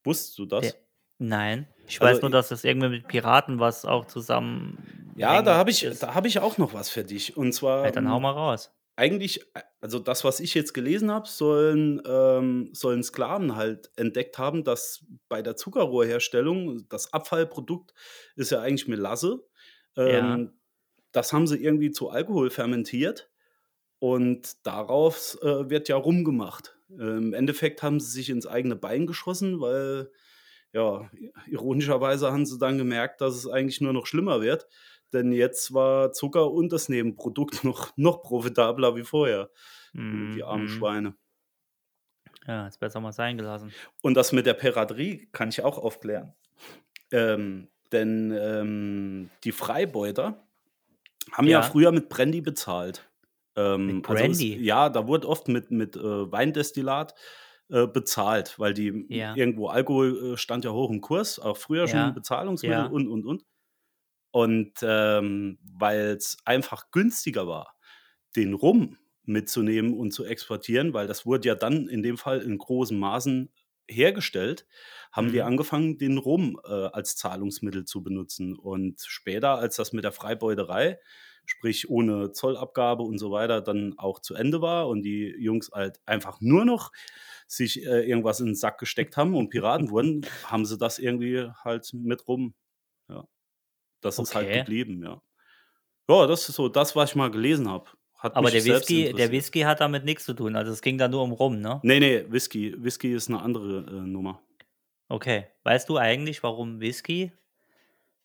S2: Wusstest du das?
S6: Der- Nein. Ich
S2: Also,
S6: weiß nur, dass das irgendwie mit Piraten was auch zusammen.
S2: ja, da habe ich,
S6: hängt.
S2: da hab ich auch noch was für dich. Und zwar
S6: Ja, dann hau mal raus.
S2: eigentlich, also das, was ich jetzt gelesen habe, sollen, ähm, sollen Sklaven halt entdeckt haben, dass bei der Zuckerrohrherstellung das Abfallprodukt ist ja eigentlich Melasse. Ähm, Das haben sie irgendwie zu Alkohol fermentiert und darauf äh, wird ja rumgemacht. Äh, Im Endeffekt haben sie sich ins eigene Bein geschossen, weil ja, ironischerweise haben sie dann gemerkt, dass es eigentlich nur noch schlimmer wird. Denn jetzt war Zucker und das Nebenprodukt noch, noch profitabler wie vorher.
S6: Mm,
S2: Die armen
S6: mm.
S2: Schweine.
S6: Ja, jetzt besser mal sein gelassen.
S2: Und das mit der Piraterie kann ich auch aufklären. Ähm, denn ähm, die Freibeuter haben ja.
S6: Ja.
S2: früher mit Brandy bezahlt. Ähm,
S6: Mit
S2: Also
S6: Brandy?
S2: es, ja, da wurde oft mit, mit äh, Weindestillat äh, bezahlt, weil die
S6: Ja.
S2: irgendwo Alkohol äh, stand ja hoch im Kurs, auch früher schon
S6: Ja.
S2: Bezahlungsmittel
S6: Ja.
S2: und und und. Und ähm, weil es einfach günstiger war, den Rum mitzunehmen und zu exportieren, weil das wurde ja dann in dem Fall in großen Maßen hergestellt, haben
S6: Mhm.
S2: wir angefangen, den Rum äh, als Zahlungsmittel zu benutzen. Und später, als das mit der Freibeuterei, sprich ohne Zollabgabe und so weiter, dann auch zu Ende war und die Jungs halt einfach nur noch sich äh, irgendwas in den Sack gesteckt haben und Piraten wurden, haben sie das irgendwie halt mit Rum. Ja. Das ist halt
S6: Okay.
S2: geblieben, ja. Ja, das ist so das, was ich mal gelesen habe.
S6: Aber der Whisky, der Whisky hat damit nichts zu tun. Also es ging da nur um rum, ne?
S2: Nee, nee, Whisky. Whisky ist eine andere äh, Nummer.
S6: Okay. Weißt du eigentlich, warum Whisky?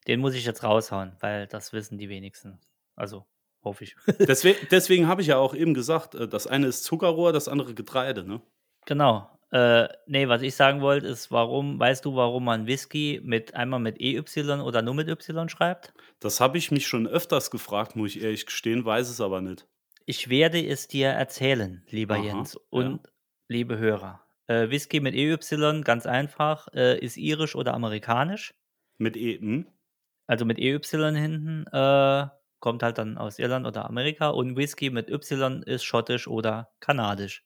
S6: Den muss ich jetzt raushauen, weil das wissen die wenigsten. Also, hoffe ich.
S2: Deswegen, deswegen habe ich ja auch eben gesagt, äh, das eine ist Zuckerrohr, das andere Getreide, ne?
S6: Genau. Äh, nee, was ich sagen wollte, ist, warum, weißt du, warum man Whisky mit einmal mit EY oder nur mit Y schreibt?
S2: Das habe ich mich schon öfters gefragt, muss ich ehrlich gestehen, weiß es aber nicht.
S6: Ich werde es dir erzählen, lieber
S2: Aha,
S6: Jens
S2: ja.
S6: und liebe Hörer. Äh, Whisky mit EY, ganz einfach, äh, ist irisch oder amerikanisch.
S2: Mit E, hm?
S6: Also mit EY hinten äh, kommt halt dann aus Irland oder Amerika und Whisky mit Y ist schottisch oder kanadisch.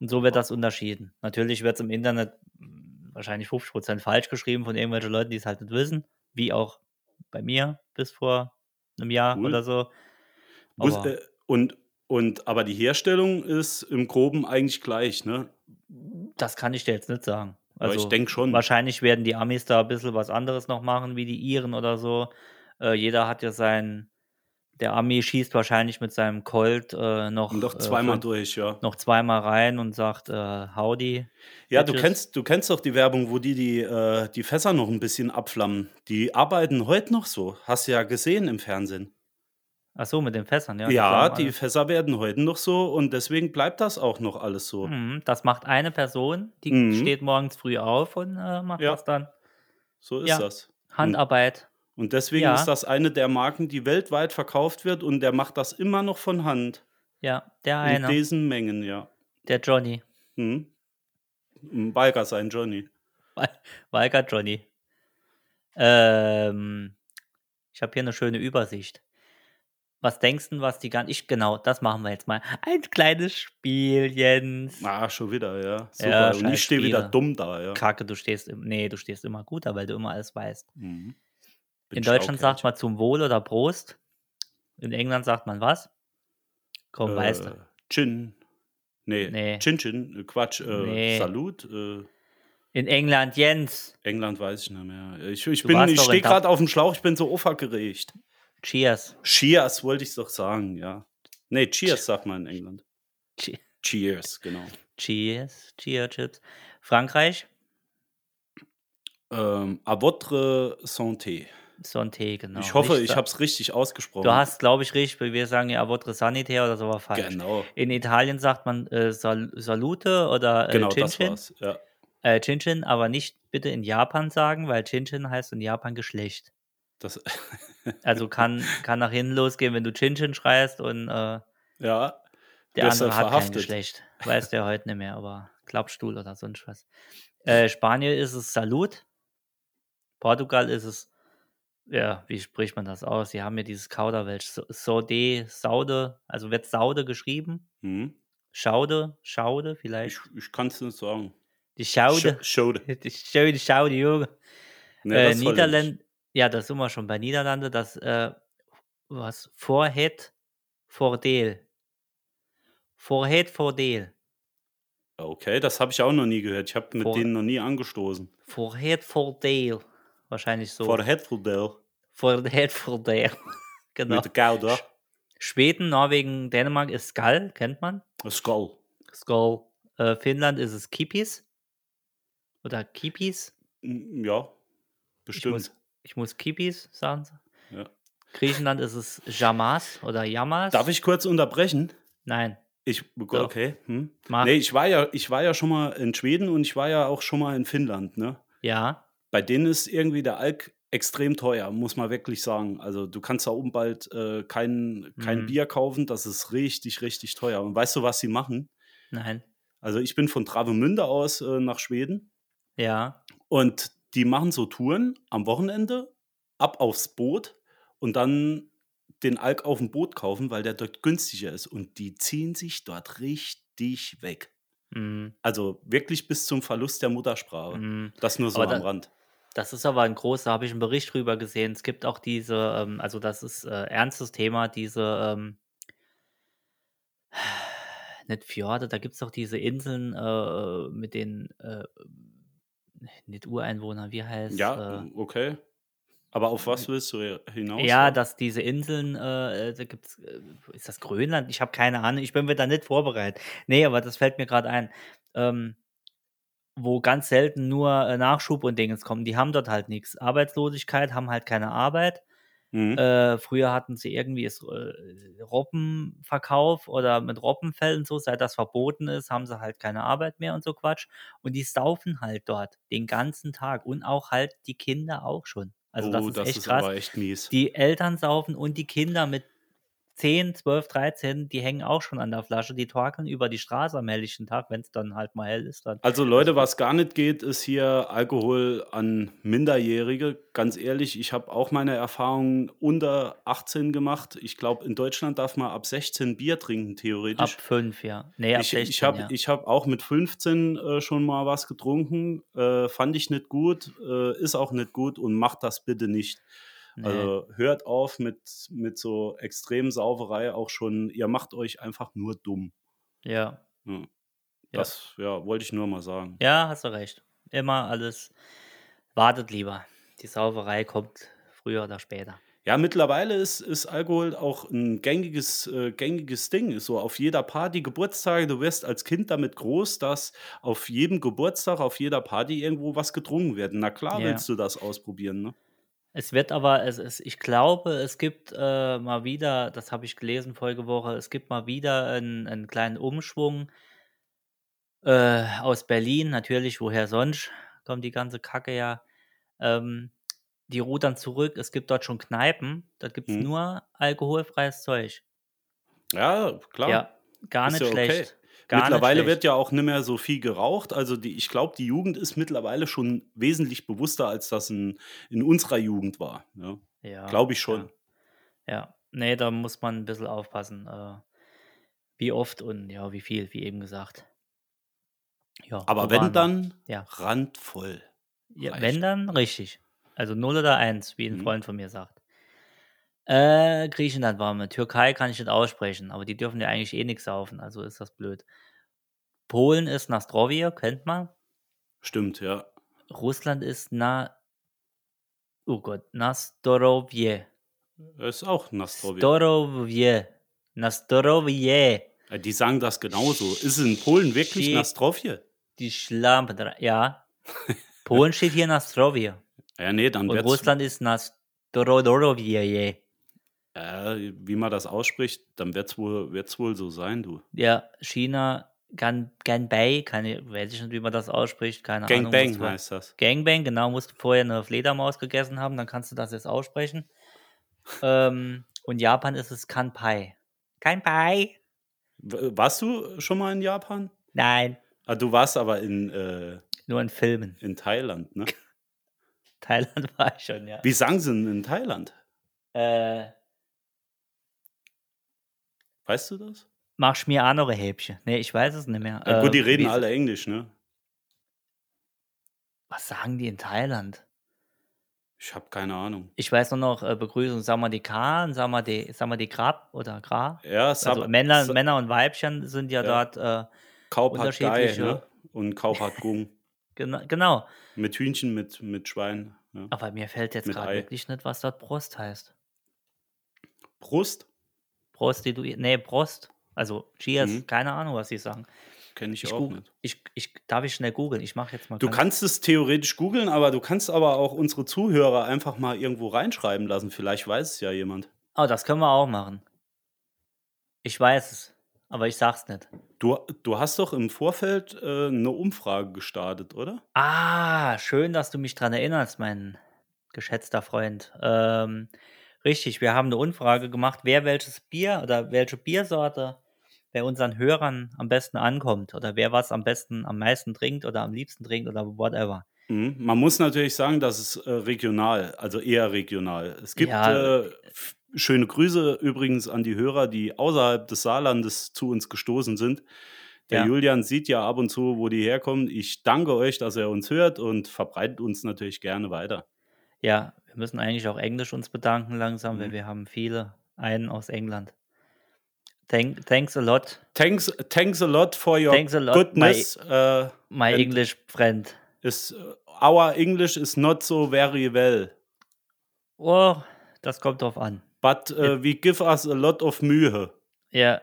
S6: Und so
S2: Oh.
S6: wird das unterschieden. Natürlich wird es im Internet mh, wahrscheinlich 50% falsch geschrieben von irgendwelchen Leuten, die es halt nicht wissen, wie auch bei mir bis vor einem Jahr
S2: Cool.
S6: oder so.
S2: Wus-
S6: Aber-
S2: äh, und, und, aber die Herstellung ist im Groben eigentlich gleich, ne?
S6: Das kann ich dir jetzt nicht sagen.
S2: Also, ich denke schon.
S6: Wahrscheinlich werden die Amis da ein bisschen was anderes noch machen, wie die Iren oder so. Äh, jeder hat ja sein. Der Ami schießt wahrscheinlich mit seinem Colt äh, noch,
S2: Und doch
S6: äh,
S2: zweimal
S6: fünf-
S2: durch, ja.
S6: noch zweimal rein und sagt äh, Howdy.
S2: Ja, du
S6: Bitches.
S2: kennst, du kennst doch die Werbung, wo die die, äh, die Fässer noch ein bisschen abflammen. Die arbeiten heute noch so. Hast du ja gesehen im Fernsehen.
S6: Ach so, mit den Fässern, ja.
S2: Ja,
S6: klar,
S2: die
S6: alles.
S2: Fässer werden heute noch so und deswegen bleibt das auch noch alles so.
S6: Mhm, das macht eine Person, die
S2: Mhm.
S6: steht morgens früh auf und äh, macht
S2: Ja. Mhm.
S6: das dann.
S2: So ist
S6: Ja.
S2: das.
S6: Handarbeit.
S2: Und deswegen
S6: Ja.
S2: ist das eine der Marken, die weltweit verkauft wird und der macht das immer noch von Hand.
S6: Ja, der
S2: In
S6: eine.
S2: diesen Mengen, ja.
S6: Der Johnny.
S2: Hm. Ein Biker sein Johnny.
S6: Walker Johnny. Ähm, ich habe hier eine schöne Übersicht. Was denkst du, was die ganze. Ich, genau, das machen wir jetzt mal. Ein kleines Spiel, Jens.
S2: Ah, schon wieder, ja. Super.
S6: Ja,
S2: und
S6: scheiß
S2: ich stehe wieder
S6: Spiele.
S2: dumm da, ja.
S6: Kacke, du stehst im, Nee, du stehst immer gut da, weil du immer alles weißt.
S2: Mhm. Bin
S6: In Deutschland sagt
S2: Staukämpfer.
S6: man zum Wohl oder Prost. In England sagt man was? Komm, weißt
S2: äh,
S6: du.
S2: Chin. Nee.
S6: oh, Nee.
S2: Chin Chin. äh, Quatsch. Äh,
S6: Nee.
S2: Salut. Äh,
S6: In England, Jens.
S2: England weiß ich nicht mehr. Ich, ich,
S6: Du
S2: bin-
S6: warst
S2: ich
S6: doch in
S2: stehe
S6: Dub-
S2: gerade auf dem Schlauch, ich bin so aufgeregt.
S6: Cheers.
S2: Cheers wollte ich doch sagen, ja. Nee, Cheers sagt man in England.
S6: Che-
S2: Cheers, genau.
S6: Cheers. Cheers, Chips. Frankreich?
S2: Ähm, à votre santé.
S6: Santé, genau.
S2: ich hoffe,
S6: Nicht
S2: ich
S6: Sa-
S2: habe es richtig ausgesprochen.
S6: Du hast, glaube ich, richtig, weil wir sagen ja Avotri Sanitär oder so war falsch.
S2: Genau,
S6: In Italien sagt man äh, Sal Salute oder äh,
S2: genau,
S6: Chin
S2: das
S6: Chin.
S2: war's. Ja.
S6: Äh, Chin Chin, aber nicht bitte in Japan sagen, weil Chin Chin heißt in Japan Geschlecht.
S2: Das,
S6: Also kann, kann nach hinten losgehen, wenn du Chin Chin schreist und äh,
S2: ja.
S6: der
S2: Wirst du
S6: andere hat kein
S2: verhaftet.
S6: Geschlecht. Weiß der heute nicht mehr, aber Klappstuhl oder sonst was. Äh, Spanien ist es Salut. Portugal ist es, ja, wie spricht man das aus? Sie haben ja dieses Kauderwelsch, So- Saude, Saude, also wird Saude geschrieben.
S2: Hm.
S6: Schaude, Schaude vielleicht.
S2: Ich, ich kann es nicht sagen.
S6: Die Schaude.
S2: Sch- Schaude.
S6: Die schöne Schaude, Junge.
S2: Nee,
S6: äh,
S2: das ist holländisch.
S6: Niederland ja, da sind wir schon bei Niederlande, das äh, was Vorhead, Vordeel. Vorhead, Vordeel.
S2: Okay, das habe ich auch noch nie gehört. Ich habe mit
S6: Vor-
S2: denen noch nie angestoßen.
S6: Vorhead, Vordeel. Wahrscheinlich so.
S2: Vor der Hetfordel.
S6: Vorhead, Vordeel. genau.
S2: Mit der Gouda.
S6: Schweden, Norwegen, Dänemark ist Skal, kennt man.
S2: Skull.
S6: Skal. Äh, Finnland ist es Kipis. Oder Kipis.
S2: Mm, Ja, bestimmt.
S6: muss- Ich muss Kipis sagen.
S2: Ja.
S6: Griechenland ist es Jamas oder Yamas.
S2: Darf ich kurz unterbrechen?
S6: Nein.
S2: Ich,
S6: Ja. Ah.
S2: okay. Hm.
S6: Mach.
S2: Nee, ich war, ja, ich war ja schon mal in Schweden und ich war ja auch schon mal in Finnland. Ne?
S6: Ja.
S2: Bei denen ist irgendwie der Alk extrem teuer, muss man wirklich sagen. Also du kannst da oben bald äh, kein, kein
S6: Mhm.
S2: Bier kaufen, das ist richtig, richtig teuer. Und weißt du, was sie machen?
S6: Nein.
S2: Also ich bin von Travemünde aus äh, nach Schweden
S6: Ja.
S2: und die machen so Touren am Wochenende ab aufs Boot und dann den Alk auf dem Boot kaufen, weil der dort günstiger ist. Und die ziehen sich dort richtig weg.
S6: Mm,
S2: Also wirklich bis zum Verlust der Muttersprache.
S6: mm.
S2: Das nur so
S6: Aber
S2: am
S6: da-
S2: Rand.
S6: Das ist aber ein großer, habe ich einen Bericht drüber gesehen. Es gibt auch diese, ähm, also das ist äh, ernstes Thema, diese, ähm, nicht Fjorde, da gibt es doch diese Inseln äh, mit den, äh, nicht Ureinwohnern, wie heißt
S2: Ja,
S6: äh,
S2: okay. Aber auf was willst du hinaus?
S6: Ja, dass diese Inseln, äh, äh, da gibt's, äh, ist das Grönland? Ich habe keine Ahnung, ich bin mir da nicht vorbereitet. Nee, aber das fällt mir gerade ein. Ähm, wo ganz selten nur äh, Nachschub und Dingens kommen. Die haben dort halt nichts. Arbeitslosigkeit, haben halt keine Arbeit.
S2: Mhm.
S6: Äh, früher hatten sie irgendwie es, äh, Robbenverkauf oder mit Robbenfällen so, seit das verboten ist, haben sie halt keine Arbeit mehr und so Quatsch. Und die saufen halt dort den ganzen Tag und auch halt die Kinder auch schon. Also das
S2: oh,
S6: ist echt krass
S2: aber echt mies.
S6: die Eltern saufen und die Kinder mit 10, 12, 13, die hängen auch schon an der Flasche, die torkeln über die Straße am helllichten Tag, wenn es dann halt mal hell ist. Dann.
S2: Also Leute, was gar nicht geht, ist hier Alkohol an Minderjährige. Ganz ehrlich, ich habe auch meine Erfahrungen unter 18 gemacht. Ich glaube, in Deutschland darf man ab 16 Bier trinken,
S6: Ab
S2: theoretisch.
S6: 5, ja. Nee, ab
S2: ich
S6: 16,
S2: ich habe
S6: ja.
S2: ich hab auch mit 15 äh, schon mal was getrunken. Äh, fand ich nicht gut, äh, ist auch nicht gut und macht das bitte nicht.
S6: nee.
S2: Also hört auf mit, mit so extremen Sauferei auch schon. Ihr macht euch einfach nur dumm.
S6: ja.
S2: Ja.
S6: Ja.
S2: Das ja, wollte ich nur mal sagen.
S6: ja, hast du recht. Immer alles. Wartet lieber. Die Sauferei kommt früher oder später.
S2: Ja, mittlerweile ist, ist Alkohol auch ein gängiges, äh, gängiges Ding. Ist So auf jeder Party, Geburtstage, du wirst als Kind damit groß, dass auf jedem Geburtstag, auf jeder Party irgendwo was getrunken wird. Na klar
S6: Ja.
S2: willst du das ausprobieren, ne?
S6: Es wird aber, es, es, ich glaube, es gibt äh, mal wieder, das habe ich gelesen vorige Woche, es gibt mal wieder einen, einen kleinen Umschwung äh, aus Berlin. Natürlich, woher sonst kommt die ganze Kacke ja. Ähm, die rudern zurück. Es gibt dort schon Kneipen. Dort gibt es
S2: Mhm.
S6: nur alkoholfreies Zeug.
S2: Ja, klar.
S6: Ja, gar
S2: Ist
S6: nicht
S2: ja okay.
S6: schlecht. Gar nicht
S2: mittlerweile
S6: schlecht.
S2: wird ja auch nicht mehr so viel geraucht. Also die, ich glaube, die Jugend ist mittlerweile schon wesentlich bewusster, als das in, in unserer Jugend war. Ja,
S6: Ja,
S2: glaube ich schon.
S6: Ja. ja, nee, da muss man ein bisschen aufpassen. Äh, wie oft und ja, wie viel, wie eben gesagt. Ja,
S2: Aber
S6: wo
S2: wenn
S6: waren wir?
S2: dann,
S6: Ja.
S2: randvoll.
S6: ja
S2: reicht.
S6: wenn dann, richtig. Also 0 oder 1, wie ein
S2: Mhm.
S6: Freund von mir sagt. Äh, Griechenland waren wir. Türkei kann ich nicht aussprechen, aber die dürfen ja eigentlich eh nichts saufen, also ist das blöd. Polen ist Nastrovje, kennt man.
S2: Stimmt, ja.
S6: Russland ist Na. Oh Gott, Nastorovje.
S2: Ist auch Nastrovia.
S6: Nastorovje. Nastorovje.
S2: Äh, Die sagen das genauso. Ist in Polen wirklich
S6: Shit.
S2: Nastrovje?
S6: Die Schlampe. dra- Ja. Polen steht hier Nastrovje.
S2: Ja, nee, dann
S6: Und
S2: wird's,
S6: Russland ist Nastorovje.
S2: äh, wie man das ausspricht, dann wird's wohl, wird's wohl so sein, du.
S6: Ja, China, Gan, Ganbei, keine, weiß ich nicht, wie man das ausspricht, keine Ahnung.
S2: Gangbang
S6: musst du-
S2: heißt das.
S6: Gangbang, genau, musst du vorher eine Fledermaus gegessen haben, dann kannst du das jetzt aussprechen. ähm, und Japan ist es Kanpai. Kanpai?
S2: W- Warst du schon mal in Japan?
S6: Nein,
S2: Ah, du warst aber in, äh,
S6: nur in Filmen.
S2: in Thailand, ne?
S6: Thailand war ich schon, ja.
S2: Wie sagen sie denn in Thailand?
S6: Äh,
S2: Weißt du das?
S6: machst mir auch noch ein Häbchen. Nee, ich weiß es nicht mehr.
S2: Ja, gut, die
S6: Äh,
S2: reden
S6: wie-
S2: alle Englisch, ne?
S6: Was sagen die in Thailand?
S2: Ich habe keine Ahnung.
S6: Ich weiß nur noch äh, Begrüßung Samadikar, Samadikar, Samadikar oder Gra.
S2: Ja, Sab
S6: Also Männer,
S2: Sa-
S6: Männer und Weibchen sind ja,
S2: Ja.
S6: dort äh,
S2: Kaup hat Dai,
S6: unterschiedliche-
S2: ne? Und Kaup hat Gung.
S6: gena genau.
S2: mit Hühnchen, mit, mit Schwein. Ja.
S6: Aber mir fällt jetzt
S2: Mit
S6: gerade
S2: Ei.
S6: wirklich nicht, was dort Brust heißt.
S2: Brust
S6: Prostituiert, nee, Brust. Also Cheers,
S2: Mhm.
S6: keine Ahnung, was sie sagen.
S2: kenne ich,
S6: Ich,
S2: auch
S6: google-
S2: nicht.
S6: ich, ich darf ich schnell googeln. Ich mache jetzt mal.
S2: Du
S6: ganz-
S2: kannst es theoretisch googeln, aber du kannst aber auch unsere Zuhörer einfach mal irgendwo reinschreiben lassen. Vielleicht weiß es ja jemand.
S6: Oh, das können wir auch machen. Ich weiß es, aber ich sag's nicht.
S2: Du, du hast doch im Vorfeld äh, eine Umfrage gestartet, oder?
S6: Ah, schön, dass du mich dran erinnerst, mein geschätzter Freund. Ähm, richtig, wir haben eine Umfrage gemacht, wer welches Bier oder welche Biersorte bei unseren Hörern am besten ankommt oder wer was am besten, am meisten trinkt oder am liebsten trinkt oder whatever.
S2: Mhm. Man muss natürlich sagen, dass es äh, regional, also eher regional. Es gibt
S6: Ja.
S2: äh, f- schöne Grüße übrigens an die Hörer, die außerhalb des Saarlandes zu uns gestoßen sind. Der
S6: Ja.
S2: Julian sieht ja ab und zu, wo die herkommen. Ich danke euch, dass ihr uns hört und verbreitet uns natürlich gerne weiter.
S6: Ja, wir müssen eigentlich auch Englisch uns bedanken langsam, weil
S2: Mhm.
S6: wir haben viele, einen aus England. Thank, thanks a lot,
S2: Thanks, thanks a lot for your
S6: Thanks a lot,
S2: goodness. Uh,
S6: my
S2: And-
S6: English friend.
S2: is, äh, our English is not so very well,
S6: Oh, das kommt drauf an.
S2: but uh, we give us a lot of Mühe.
S6: Ja,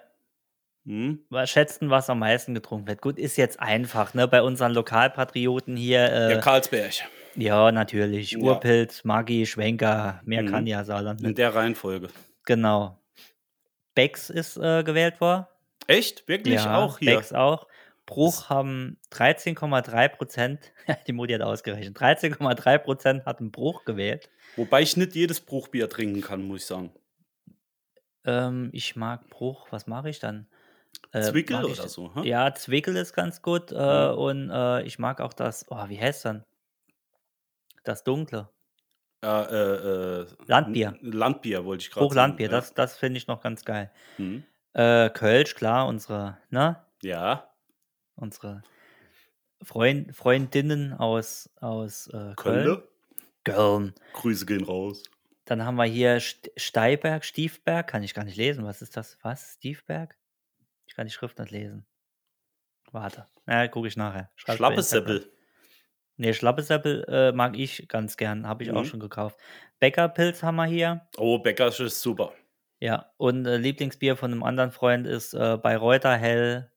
S2: Hm?
S6: was schätzen, was am meisten getrunken wird. Gut, ist jetzt einfach, ne? Bei unseren Lokalpatrioten hier, äh, ja,
S2: Karlsberg.
S6: natürlich,
S2: Ja.
S6: Urpilz, Maggi, Schwenker, mehr
S2: Mhm.
S6: kann ja Saarland
S2: In
S6: nicht.
S2: der Reihenfolge.
S6: Genau. Becks ist äh, gewählt worden.
S2: Echt? Wirklich auch hier?
S6: Becks auch. Bruch haben 13,3 Prozent, die Modi hat ausgerechnet, 13,3 Prozent hatten Bruch gewählt.
S2: Wobei ich nicht jedes Bruchbier trinken kann, muss ich sagen.
S6: Ähm, ich mag Bruch, was mache ich dann? Äh,
S2: Zwickel
S6: mag ich-
S2: oder so. Hä?
S6: Ja, Zwickel ist ganz gut. Äh, und äh, ich mag auch das, oh, wie heißt dann? Das Dunkle.
S2: Äh, äh, äh,
S6: Landbier.
S2: N- Landbier wollte ich gerade sagen.
S6: Hochlandbier,
S2: ja.
S6: das, das finde ich noch ganz geil.
S2: Hm.
S6: Äh, Kölsch, klar, unsere, ne?
S2: Ja,
S6: Unsere Freund, Freundinnen aus, aus äh, Köln.
S2: Köln.
S6: Köln.
S2: Grüße gehen raus.
S6: Dann haben wir hier St Steiberg, Stiefberg, kann ich gar nicht lesen. Was ist das? Was? Stiefberg? Ich kann die Schrift nicht lesen. Warte. Na, gucke ich nachher. Schreib's bei Instagram.
S2: Schlappesäppel.
S6: Nee, Ne, Schlappesäppel äh, mag ich ganz gern. Habe ich auch
S2: Mhm.
S6: schon gekauft. Bäckerpilz haben wir hier.
S2: Oh, Bäckersch ist super.
S6: Ja, und äh, Lieblingsbier von einem anderen Freund ist äh, Bayreuther Hell.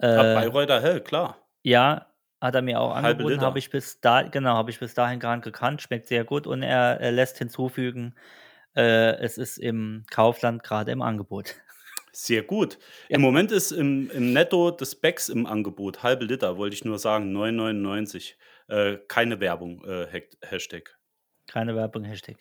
S6: Äh,
S2: Äh, Bayreuther Hell, klar.
S6: ja, hat er mir auch
S2: Halbe
S6: angeboten.
S2: Liter.
S6: Habe ich bis da, genau, habe ich bis dahin gar nicht gekannt. Schmeckt sehr gut und er, äh, lässt hinzufügen, äh, es ist im Kaufland gerade im Angebot.
S2: Sehr gut.
S6: Ja.
S2: Im Moment ist im, im Netto des Becks im Angebot. Halbe Liter, wollte ich nur sagen. 9,99. Äh, keine Werbung, äh, Hack- Hashtag.
S6: Keine Werbung, Hashtag.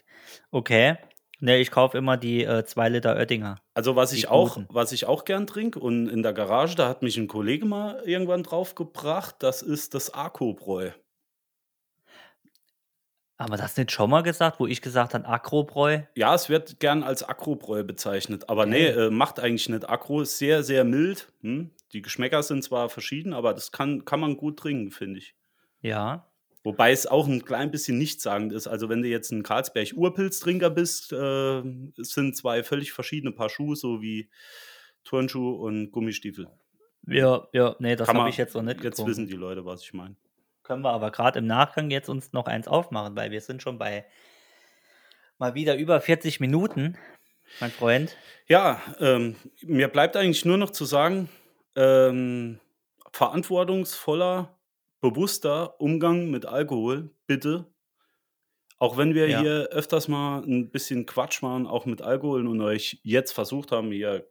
S6: Okay. Ne, ich kaufe immer die 2 Liter Oettinger.
S2: Also was
S6: Die
S2: ich, auch,
S6: guten.
S2: was ich auch gern trinke und in der Garage, da hat mich ein Kollege mal irgendwann draufgebracht, das ist das Arco-Bräu.
S6: Aber das nicht schon mal gesagt, wo ich gesagt habe, Akrobräu?
S2: Ja, es wird gern als Akrobräu bezeichnet, aber nee, äh, macht eigentlich nicht Akro, ist sehr, sehr mild. Hm? Die Geschmäcker sind zwar verschieden, aber das kann, kann man gut trinken, finde ich.
S6: Ja.
S2: Wobei es auch ein klein bisschen nichtssagend ist. Also wenn du jetzt ein Karlsberg-Urpilztrinker bist, äh, es sind zwei völlig verschiedene Paar Schuhe, so wie Turnschuh und Gummistiefel.
S6: Ja, ja, nee, das
S2: Kann
S6: habe
S2: man-
S6: ich jetzt noch nicht
S2: Jetzt
S6: getrunken.
S2: wissen die Leute, was ich meine.
S6: Können wir aber gerade im Nachgang jetzt uns noch eins aufmachen, weil wir sind schon bei mal wieder über 40 Minuten, mein Freund.
S2: Ja, ähm, mir bleibt eigentlich nur noch zu sagen, ähm, verantwortungsvoller, bewusster Umgang mit Alkohol, bitte. Auch wenn wir
S6: Ja.
S2: hier öfters mal ein bisschen Quatsch machen, auch mit Alkohol und euch jetzt versucht haben, hier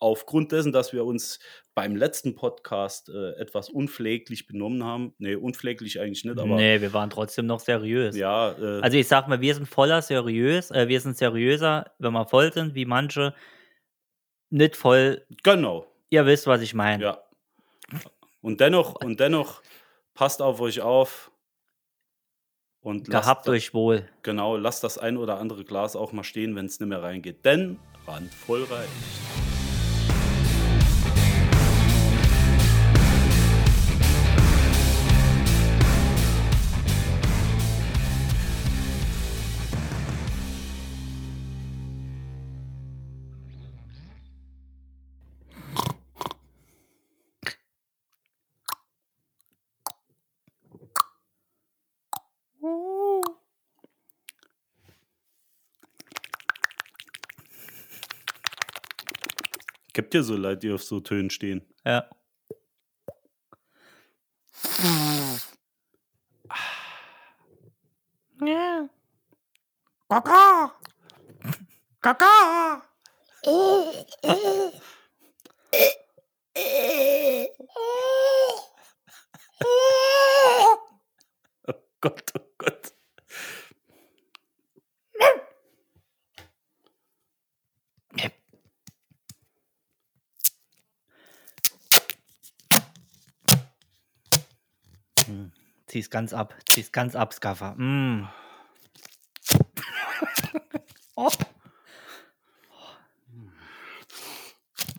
S2: aufgrund dessen, dass wir uns beim letzten Podcast äh, etwas unpfleglich benommen haben. Nee, unpfleglich eigentlich nicht, aber
S6: nee, wir waren trotzdem noch seriös.
S2: ja, äh,
S6: Also ich sag mal, wir sind voller seriös, äh, wir sind seriöser, wenn wir voll sind, wie manche nicht voll.
S2: genau.
S6: Ihr wisst, was ich meine.
S2: Ja. Und dennoch, und dennoch, passt auf euch auf. Und lasst
S6: Gehabt
S2: da-
S6: euch wohl.
S2: Genau, lasst das ein oder andere Glas auch mal stehen, wenn es nicht mehr reingeht. Denn randvoll reicht. Gibt ja so Leute, die auf so Tönen stehen.
S6: Ja.
S2: Gott, oh Gott.
S6: Zieh's ganz ab. Zieh's ganz ab, Skaffer. Mm. oh.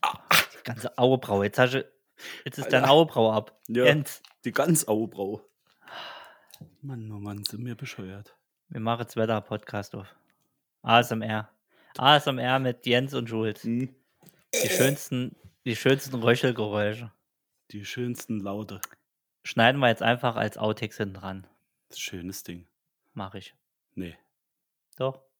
S6: Die ganze Augenbraue. Jetzt, hast du, jetzt ist deine
S2: Alter.
S6: Augenbraue ab.
S2: Ja.
S6: Jens,
S2: Die ganz Augenbraue. Mann, oh Mann, sind wir bescheuert.
S6: wir machen jetzt Wetter-Podcast auf. ASMR. ASMR mit Jens und Jules.
S2: Hm.
S6: Die schönsten, die schönsten Röchelgeräusche.
S2: Die schönsten Laute.
S6: Schneiden wir jetzt einfach als Outtakes hinten dran.
S2: Schönes Ding.
S6: Mach ich.
S2: Nee.
S6: Doch.